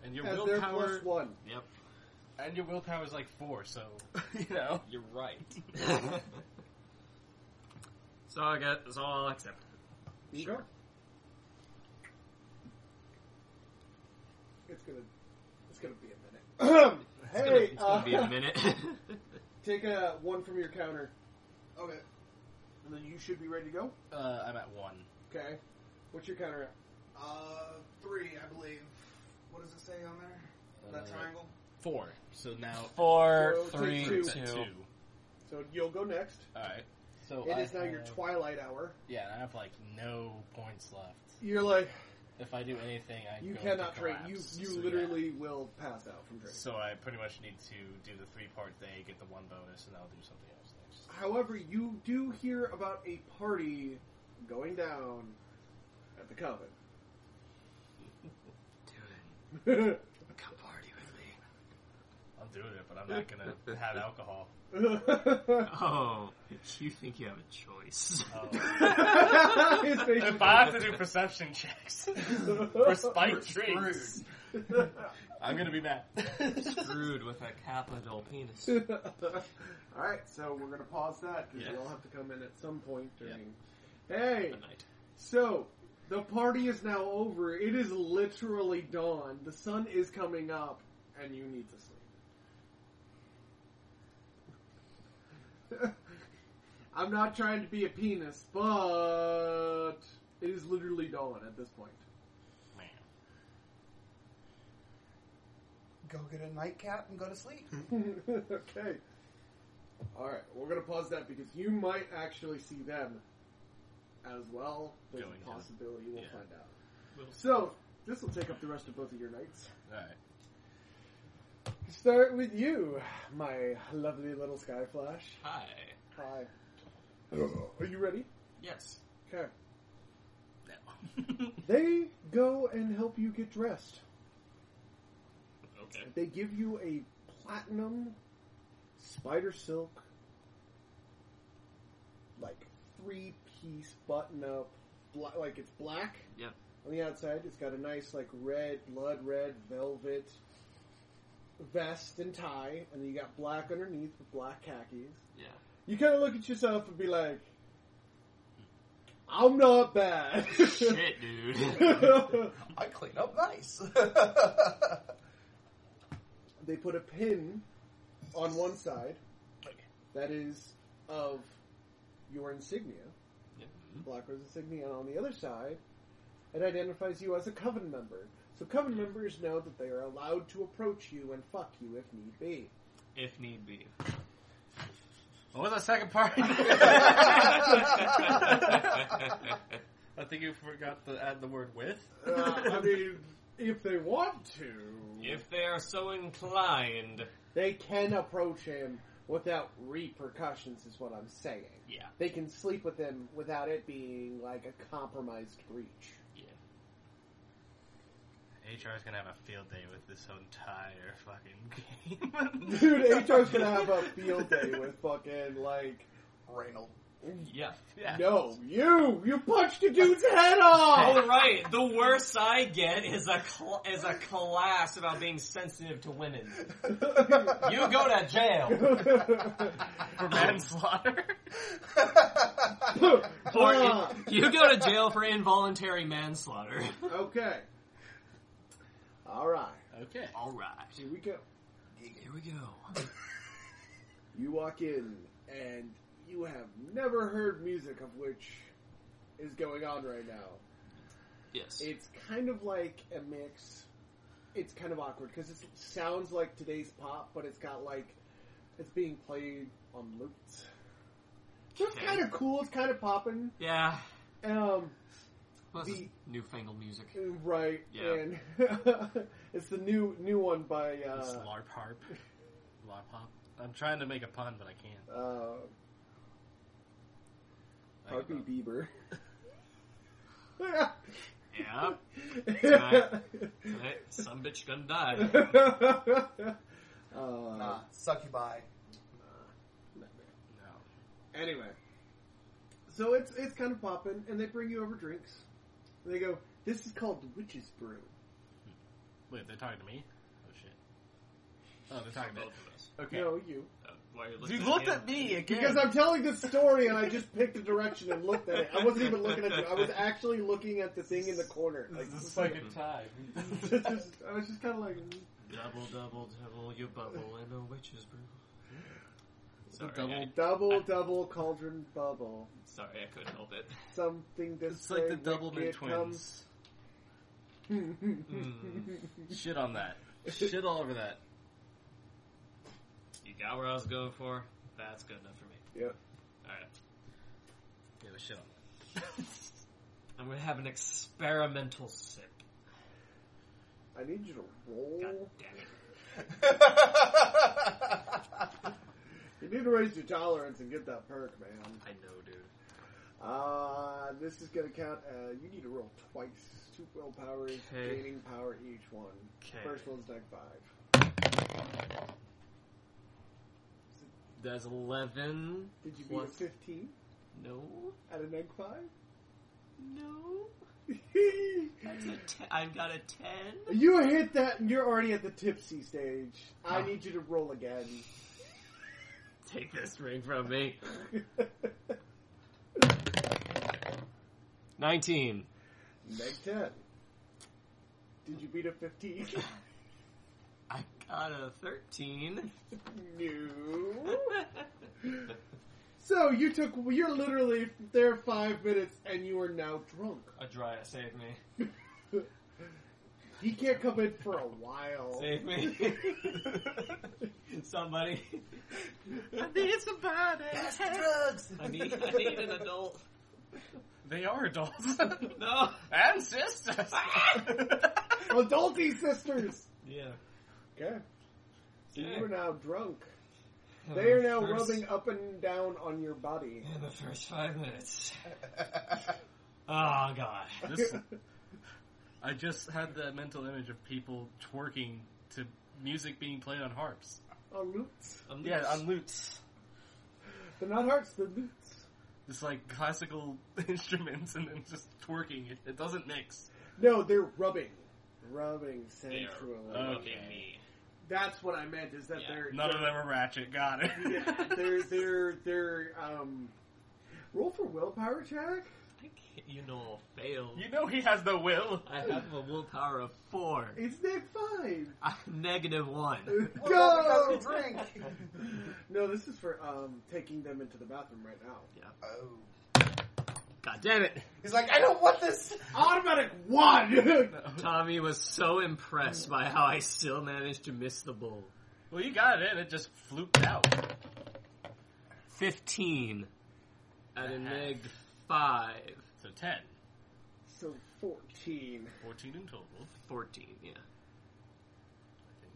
S5: And your
S3: as their
S5: willpower
S3: plus one.
S2: yep,
S5: and your willpower is like four, so you know.
S2: you're right. so I got, so I'll accept.
S3: Sure. It's gonna, it's gonna be a minute. hey,
S2: It's, gonna, it's gonna
S3: uh,
S2: be a minute.
S3: take a one from your counter,
S4: Okay.
S3: and then you should be ready to go.
S5: Uh, I'm at one.
S3: Okay. What's your counter at?
S4: Uh, three, I believe. What does it say on there?
S5: Uh,
S4: that triangle?
S5: Four. So now
S2: Four,
S3: So, three, two.
S5: it's at two.
S3: So you'll go next.
S5: Alright. So
S3: It
S5: I
S3: is now your
S5: have-
S3: twilight hour.
S5: Yeah, and I have like no points left.
S3: You're like
S5: If I do anything, I
S3: you
S5: go
S3: cannot
S5: into
S3: drink. You
S5: collapse,
S3: you
S5: so yeah.
S3: literally will pass out from drinking.
S5: So I pretty much need to do the three part thing, get the one bonus, and I'll do something else next.
S3: However, you do hear about a party going down at the
S2: Dude,
S3: coven.
S2: come party with me.
S5: I'll do it, but I'm not gonna have alcohol.
S2: Oh, you think you have a choice?
S3: His face
S5: Oh. If I have to do perception checks for spike trees, I'm gonna be mad.
S2: Screwed with a capital penis.
S3: all right, so we're gonna pause that because
S5: Yes.
S3: we'll have to come in at some point during. Hey,
S2: Good night.
S3: so the party is now over. It is literally dawn. The sun is coming up, and you need to sleep. I'm not trying to be a penis, but it is literally dawn at this point.
S5: Man.
S4: Go get a nightcap and go to sleep.
S3: okay. Alright, we're gonna pause that because you might actually see them as well. There's
S5: Going
S3: a
S5: to-
S3: possibility we'll
S5: yeah.
S3: find out.
S2: We'll
S3: So, this will take up the rest of both of your nights.
S5: Alright.
S3: Start with you, my lovely little Skyflash.
S2: Hi.
S3: Hi. Are you ready?
S2: Yes.
S3: Okay.
S5: No.
S3: They go and help you get dressed.
S2: Okay.
S3: They give you a platinum spider silk, like three piece button up, bla- like it's black
S2: Yep.
S3: on the outside. It's got a nice like red, blood red velvet vest and tie, and then you got black underneath with black khakis.
S2: Yeah.
S3: You kind of look at yourself and be like, "I'm not bad."
S2: Shit, dude.
S3: they
S4: I clean up nice.
S3: put a pin on one side. that is of your insignia,
S2: Yeah.
S3: Blackrose insignia, and on the other side, it identifies you as a coven member. So coven members know that they are allowed to approach you and fuck you if need be.
S2: If need be.
S5: What was that second part? I think you forgot to add the word with.
S3: Uh, I mean, if they want to,
S2: if they are so inclined.
S3: they can approach him without repercussions. Is what I'm saying.
S2: Yeah.
S3: They can sleep with him without it being like a compromised breach.
S2: Yeah.
S5: HR is gonna have a field day with this entire fucking game.
S3: Dude, HR's gonna have a field day with fucking like
S4: Reynold.
S2: Yeah.
S5: Yeah.
S3: No, you! You punched the dude's head off!
S2: All right. The worst I get is a cl- is a class about being sensitive to women. You go to jail
S5: For manslaughter.
S2: for
S3: Ah,
S2: in- you go to jail for involuntary manslaughter.
S3: okay. Alright,
S5: Okay.
S2: All right.
S3: here we go.
S2: Here we go.
S3: You walk in, and you have never heard music of which is going on right now.
S2: Yes.
S3: It's kind of like a mix. It's kind of awkward because it sounds like today's pop, but it's got like it's being played on loops. So it's
S2: Okay.
S3: kind of cool. It's kind of popping.
S2: Yeah.
S3: Um,
S2: Well, this is
S3: The-
S2: newfangled music.
S3: Right.
S2: Yeah.
S3: And it's the new new one by
S5: This
S3: uh,
S5: LARP harp. LARP hop. I'm trying to make a pun, but I can't.
S3: uh
S2: uh,
S3: Harvey Bieber.
S2: Yeah. Hey, Some bitch gonna die.
S3: Uh,
S4: Nah,
S2: Ah.
S4: succubi.
S5: No.
S3: Anyway, so it's it's kind of popping, and they bring you over drinks. And they go, "This is called Witch's Brew."
S5: Wait, they're talking to me? Oh shit. Oh, they're talking to
S2: Both of us.
S5: Okay.
S3: No, you,
S2: Uh, why are you
S5: You
S2: looking
S5: looked
S2: him?
S5: at me again.
S3: because I'm telling this story, and I just picked a direction and looked at it. I wasn't even looking at you; I was actually looking at the thing in the corner. Like,
S5: This is fucking time.
S3: just, I was just kind of like,
S2: Double, double, double, you bubble in a witch's brew. Sorry,
S5: double-
S2: I,
S3: double, double cauldron bubble.
S2: sorry, I couldn't help it.
S3: Something this
S5: It's like
S3: way
S5: the Doubleman
S3: wicked comes.
S5: twins.
S2: Hmm.
S5: Shit on that. Shit all over that.
S2: You got where I was going for? That's good enough for me.
S3: Yep.
S2: Alright.
S5: Yeah, but shit on that.
S2: I'm gonna have an experimental sip.
S3: I need you to roll.
S2: God damn it.
S3: You need to raise your tolerance and get that perk, man.
S2: I know, dude.
S3: Uh, this is gonna count. Uh, you need to roll twice. Two willpowers,
S2: Okay.
S3: gaining power each one.
S2: Okay.
S3: First one's deck five.
S2: That's eleven.
S3: Did you beat a
S2: plus-
S3: 15
S2: No,
S3: out of neg 5?
S2: no. That's a te- I've got a ten.
S3: you hit that and you're already at the tipsy stage. I
S2: Oh.
S3: need you to roll again.
S2: Take this ring from me. Nineteen.
S3: neg 10. Did you beat a 15?
S2: I got a thirteen.
S3: no. So you took, you're literally there five minutes and you are now drunk.
S2: Adria, save me.
S3: He can't come in for a while.
S2: Save me. Somebody. I need somebody.
S4: drugs.
S2: I need, I need an adult.
S5: They are adults.
S2: No.
S5: and sisters.
S3: Adulty sisters!
S2: Yeah.
S3: Okay. So
S2: Okay.
S3: you are now drunk.
S5: Oh,
S3: They are now
S2: First-
S3: rubbing up and down on your body.
S2: In the first five minutes. Oh, God.
S5: This- I just had that mental image of people twerking to music being played on harps.
S3: on loots.
S2: I'm
S5: Yeah, on lutes.
S3: They're not hearts, they're loots.
S5: It's like classical instruments and then just twerking. It, it doesn't mix.
S3: No, they're rubbing. Rubbing
S2: They are
S3: sensually.
S5: Okay.
S2: rubbing me.
S3: That's what I meant, is that
S2: Yeah,
S3: they're...
S5: None of them are ratchet. Got it.
S3: Yeah, they're, they're, they're, um... Roll for willpower check?
S2: I can't, you know I'll fail.
S5: You know he has no will.
S2: I have a willpower of four.
S3: It's neg five!
S2: I'm negative one.
S3: Go!
S4: Well, that's a drink.
S3: No, this is for, um, taking them into the bathroom right now.
S4: Oh.
S2: God damn it.
S4: He's like, I don't want this.
S3: Automatic one!
S2: Tommy was so impressed by how I still managed to miss the bowl.
S5: Well, you got it in. It just fluked out.
S2: 15 at a
S5: And a half.
S2: neg 5.
S5: So 10.
S3: So 14.
S5: 14 in total,
S2: 14, yeah.
S5: I think.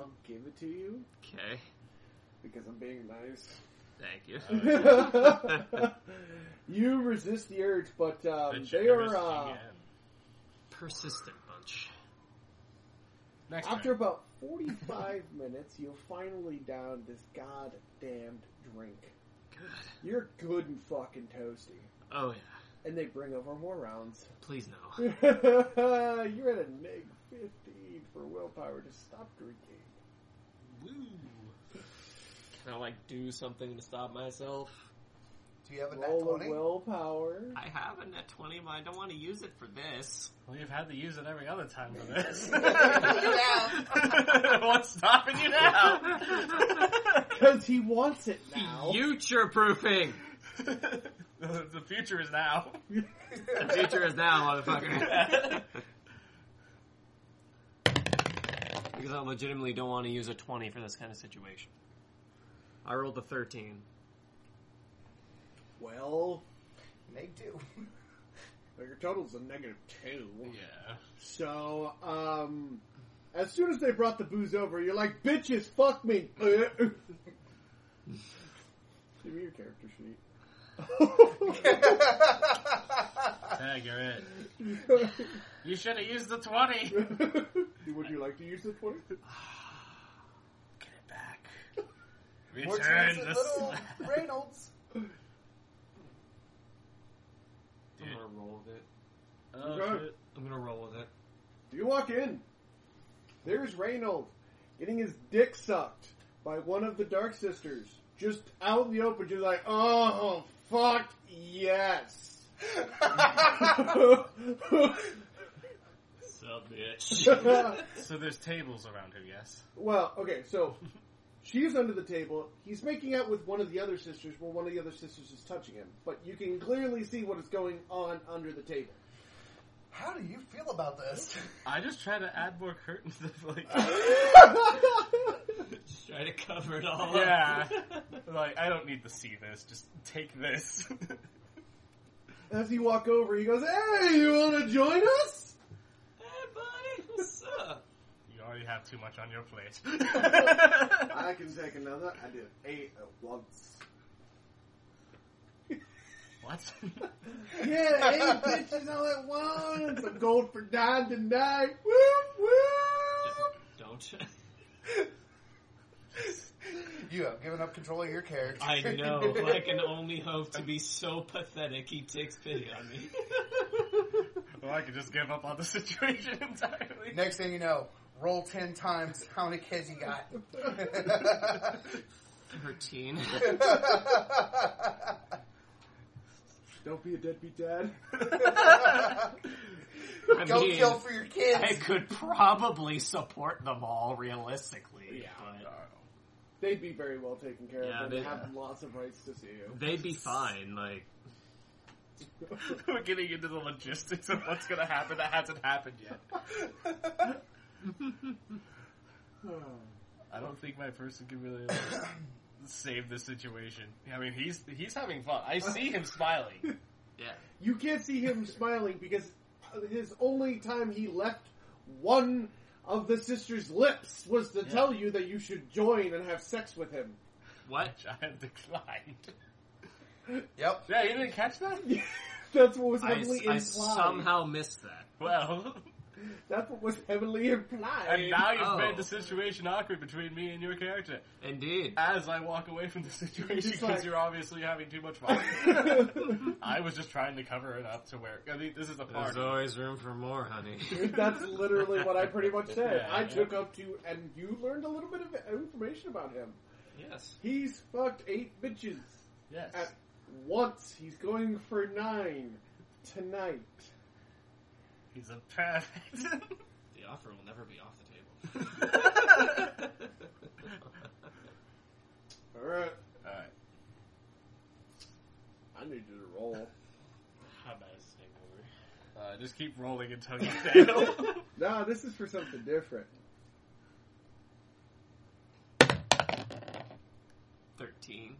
S3: I'll give it to you
S2: Okay,
S3: because I'm being nice.
S2: thank you.
S3: you resist the urge, but um,
S5: The
S3: they
S5: generous
S3: are. Uh,
S5: GM.
S2: Persistent bunch.
S5: Next
S3: after
S5: turn.
S3: about 45 minutes, you'll finally down this goddamned drink.
S2: Good.
S3: You're good and fucking toasty.
S2: Oh, yeah.
S3: And they bring over more rounds.
S2: Please no.
S3: You're at a neg 15 for willpower to stop drinking.
S5: Woo.
S2: Can I, like, do something to stop myself?
S4: Do you have a net
S3: Roll a
S4: twenty?
S3: willpower.
S2: I have a net 20, but I don't want to use it for this.
S5: Well, you've had to use it every other time for this.
S4: Yeah.
S5: What's stopping you now?
S3: Because he wants it now.
S2: Future proofing!
S5: the future is now.
S2: The future is now, motherfucker. because I legitimately don't want to use a 20 for this kind of situation. I rolled a 13.
S3: Well,
S4: Neg two.
S3: your total's a negative 2.
S5: Yeah.
S3: So, um, as soon as they brought the booze over, you're like, bitches, fuck me. Give me your character sheet.
S5: Tag, you're it. You should have used the 20. Get
S3: Would you like to use the 20?
S5: it back.
S4: More
S5: Return
S4: chance than
S5: the
S4: little
S5: slab.
S4: Reynolds.
S5: Dude.
S2: roll with it.
S5: Oh,
S3: Okay.
S5: shit.
S2: I'm gonna roll with it.
S3: You walk in. There's Reynold getting his dick sucked by one of the Dark Sisters. Just out in the open, just like, oh, fuck yes.
S2: Sup, bitch.
S5: So there's tables around here, yes?
S3: Well, okay, so she's under the table. He's making out with one of the other sisters, where one of the other sisters is touching him. But you can clearly see what is going on under the table.
S4: How do you feel about this?
S5: I just try to add more curtains of like
S2: Just try to cover it all
S5: Yeah.
S2: up.
S5: like I don't need to see this, just take this.
S3: As you walk over, he goes, "Hey, you want to join us?"
S2: Hey, buddy, what's up?
S5: you already have too much on your plate.
S3: I can take another. I did eight at once.
S5: what?
S3: Yeah, eight bitches all at once. I'm going for nine tonight. Woo, woo.
S2: Don't.
S4: You have given up control of your character.
S2: I know. I can only hope to be so pathetic he takes pity on me.
S5: Well, I could just give up on the situation entirely.
S4: Next thing you know, roll ten times how many kids you got.
S2: Thirteen.
S3: Don't be a deadbeat dad.
S2: I
S4: Go
S2: mean,
S4: kill for your kids.
S2: I could probably support them all realistically.
S3: Yeah.
S2: but
S3: They'd be very well taken care
S2: Yeah,
S3: of. They
S2: they-
S3: have lots of rights to see you.
S2: they'd be fine. Like
S5: We're getting into the logistics of what's going to happen that hasn't happened yet. I don't think my person can really like, save the situation. I mean, he's he's having fun. I see him smiling.
S2: yeah.
S3: You can't see him smiling because his only time he left one of the sister's lips was to
S5: Yeah.
S3: tell you that you should join and have sex with him.
S2: What?
S5: Which I have declined.
S4: Yep.
S5: Yeah, you didn't catch that?
S3: That's what was
S2: I, s-
S3: heavily
S2: I
S3: implied.
S2: somehow missed that.
S5: Well,
S3: That's what was heavily implied.
S5: and now you've
S2: Oh.
S5: made the situation awkward between me and your character.
S2: Indeed.
S5: As I walk away from the situation
S3: Just
S5: because
S3: like-
S5: you're obviously having too much fun. I was just trying to cover it up to where I mean, this is a
S2: There's
S5: party.
S2: always room for more, honey.
S3: That's literally what I pretty much said.
S5: Yeah,
S3: I
S5: yeah.
S3: took up to, and you learned a little bit of information about him.
S2: yes.
S3: He's fucked eight bitches
S5: Yes.
S3: at once. He's going for nine tonight.
S5: He's a perfect.
S2: The offer will never be off the table.
S3: All right,
S5: Alright.
S3: I need you to roll.
S5: How about a snake over? Uh, just keep rolling until you fail.
S3: Nah, this is for something different.
S2: Thirteen.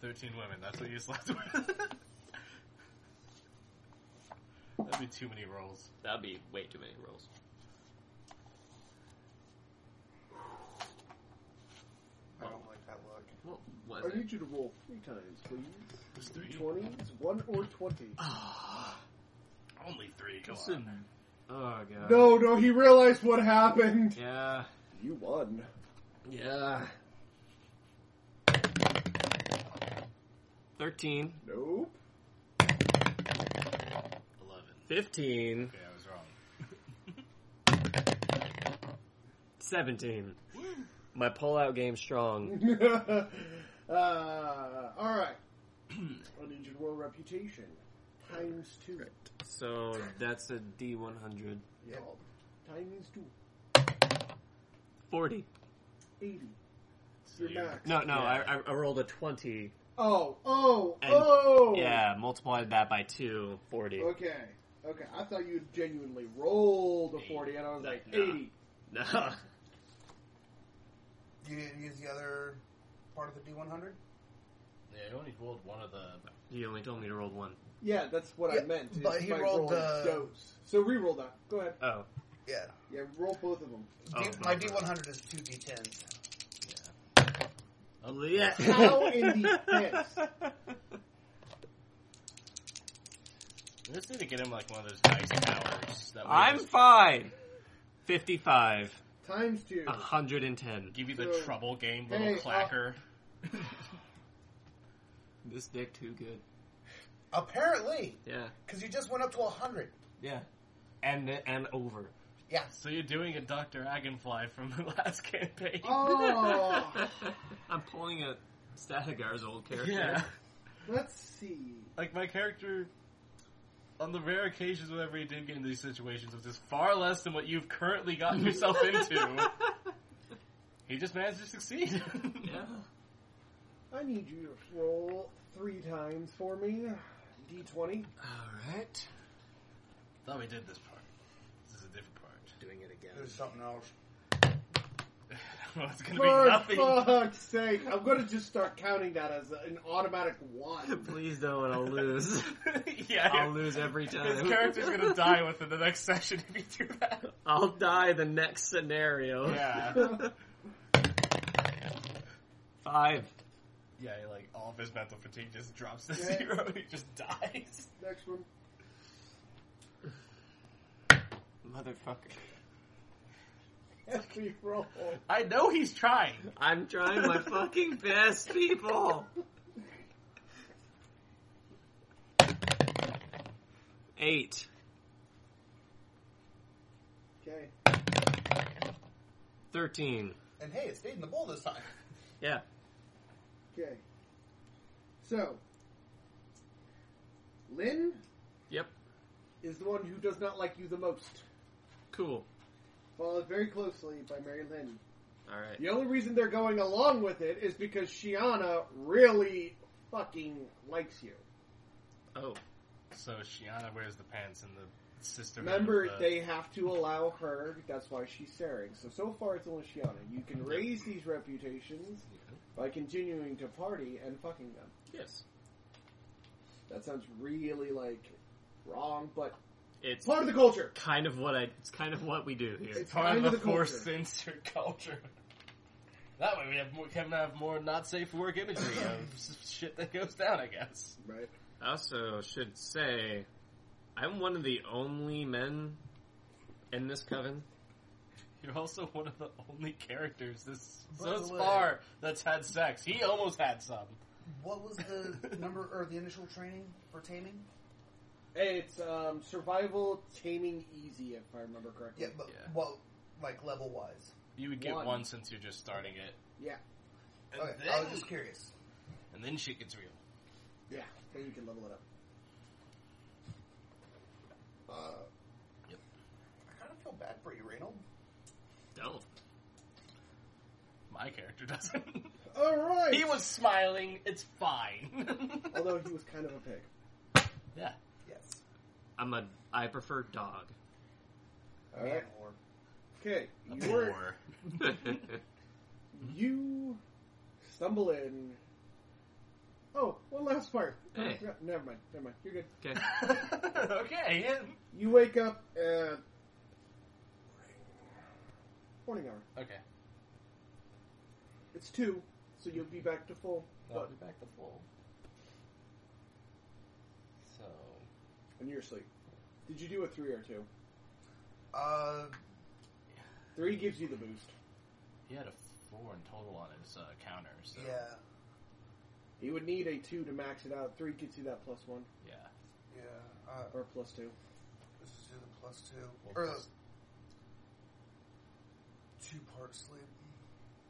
S5: Thirteen women, that's what you slept with. That'd be too many rolls.
S2: That'd be way too many rolls.
S4: I don't like that look.
S2: What
S3: I
S2: was it?
S3: need you to roll three times, please.
S5: There's
S3: Two
S5: three.
S3: twenties, one or twenty.
S2: Uh,
S5: Only three, come
S2: Listen.
S5: on.
S2: Oh god.
S3: No, no, he realized what happened.
S2: Yeah.
S3: You won.
S2: Yeah. Thirteen.
S3: Nope.
S5: Eleven.
S2: Fifteen.
S5: Okay, I was wrong.
S2: Seventeen. My pullout game strong.
S3: uh, all right. I need you to roll reputation times two.
S2: So that's a D one hundred.
S3: Yeah. Times two.
S2: Forty.
S3: Eighty.
S5: So
S3: You're
S5: you-
S3: max.
S2: No, no, I, I- I rolled a twenty.
S3: Oh, oh,
S2: And-
S3: oh.
S2: Yeah, multiplied that by two. Forty.
S3: Okay. Okay. I thought you had genuinely rolled a forty, and I was like
S2: Like, nah.
S3: eighty.
S2: No.
S4: You didn't use the other part of the D one hundred.
S5: Yeah, you only rolled one of the
S2: You only told me to roll one.
S3: Yeah, that's what
S4: Yeah,
S3: I meant. is
S4: but he
S3: by
S4: rolled,
S3: rolling
S4: uh,
S3: those. So re-roll that. Go ahead.
S2: Oh.
S4: Yeah.
S3: Yeah, roll both of them.
S2: Oh,
S4: D- my D one hundred is two D tens.
S2: Oh, yeah.
S3: How in the piss?
S5: We just need to get him like one of those dice towers that we
S2: I'm
S5: just
S2: fine. Fifty-five.
S3: Times two.
S2: A
S5: Ah.
S2: hundred and ten.
S5: give you the
S3: So-
S5: trouble game little
S3: Hey, uh,
S5: clacker.
S2: This dick too good.
S4: Apparently,
S2: Yeah.
S4: because you just went up to hundred.
S2: Yeah. And and over.
S4: Yeah.
S5: So you're doing a Dr. Agonfly from the last campaign.
S3: Oh,
S2: I'm pulling a Statigar's old character.
S5: yeah.
S3: let's see.
S5: Like my character on the rare occasions whenever he did get into these situations was just far less than what you've currently gotten yourself into. He just managed to succeed.
S2: yeah.
S3: I need you to roll three times for me. D20.
S2: All right.
S5: Thought we did this part. This is a different part.
S2: Doing it again.
S4: There's something else.
S5: well, it's gonna
S3: For
S5: be nothing.
S3: fuck's sake. I'm going to just start counting that as an automatic one.
S2: Please don't. I'll lose.
S5: yeah,
S2: I'll lose every
S5: his
S2: time.
S5: character's gonna die within the next session if you do that.
S2: I'll die the next scenario.
S5: Yeah.
S2: Five.
S5: Yeah, like all of his mental fatigue just drops to
S3: Yeah.
S5: zero and he just dies.
S3: Next one.
S2: Motherfucker.
S3: Every roll.
S5: I know he's trying.
S2: I'm trying my fucking best, people! Eight.
S3: Okay.
S2: Thirteen.
S4: And hey, it stayed in the bowl this time.
S2: Yeah.
S3: Okay. So, Lynn
S2: Yep.
S3: is the one who does not like you the most,
S2: Cool.
S3: followed very closely by Mary Lynn.
S2: Alright.
S3: The only reason they're going along with it is because Shiana really fucking likes you.
S2: Oh.
S5: So Shiana wears the pants and the sister.
S3: Remember,
S5: of the-
S3: they have to allow her. That's why she's Saring. So so far, it's only Shiana. You can raise these reputations by continuing to party and fucking them.
S2: Yes.
S3: That sounds really like wrong, but
S2: It's
S3: part of the culture.
S2: kind of what I. It's kind of what we do here.
S3: It's
S5: part
S3: kind
S5: of
S3: of
S5: the
S3: the
S5: force
S3: culture.
S5: censor culture. That way we have more, can have more not safe for work imagery of s- shit that goes down. I guess.
S3: Right.
S2: I also should say, I'm one of the only men in this coven.
S5: You're also one of the only characters this
S4: By
S5: so
S4: the way-
S5: far that's had sex. He almost had some.
S4: What was the number or the initial training for taming?
S3: It's um, survival taming easy, if I remember correctly.
S4: Yeah, but
S5: Yeah.
S4: well, like level wise.
S5: You would get
S3: One. Oh,
S5: one, since you're just starting it,
S3: Yeah.
S5: and,
S4: Okay, I
S5: then,
S4: was just curious.
S5: and then shit gets real.
S3: Yeah. Then you can level it up.
S4: I kind of feel bad for you, Reynold.
S2: Don't.
S5: My character doesn't.
S3: All right.
S5: he was smiling. It's fine.
S3: Although he was kind of a pig.
S5: yeah.
S4: Yes.
S2: I'm a. I prefer dog.
S3: All right.
S4: Man, or-
S3: Okay.
S5: A
S3: You were
S5: bore.
S3: You stumble in. Oh, one last part.
S2: Hey.
S3: Yeah, Never mind. Never mind. You're good.
S2: okay.
S5: okay. yeah.
S3: You wake up at morning hour.
S5: Okay.
S3: It's two, so you'll be back to full.
S5: I'll
S3: But,
S5: be back to full. So
S3: and you're asleep. Did you do a three or two?
S4: Uh,
S3: Three gives you the boost.
S5: he had a four in total on his uh, counter. So
S4: yeah,
S3: You would need a two to max it out. Three gets you that plus one
S5: yeah.
S4: yeah. Uh,
S3: or plus two.
S4: let's just do the plus two
S5: Well,
S4: or
S5: plus-
S4: the two part sleep.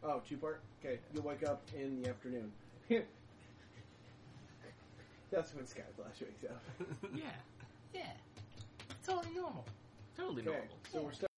S3: Oh, two part. Okay, you'll wake up in the afternoon. That's when Skyblash wakes up.
S2: Yeah.
S5: yeah. Totally normal.
S2: Totally
S3: Okay,
S2: normal.
S3: so we're. St-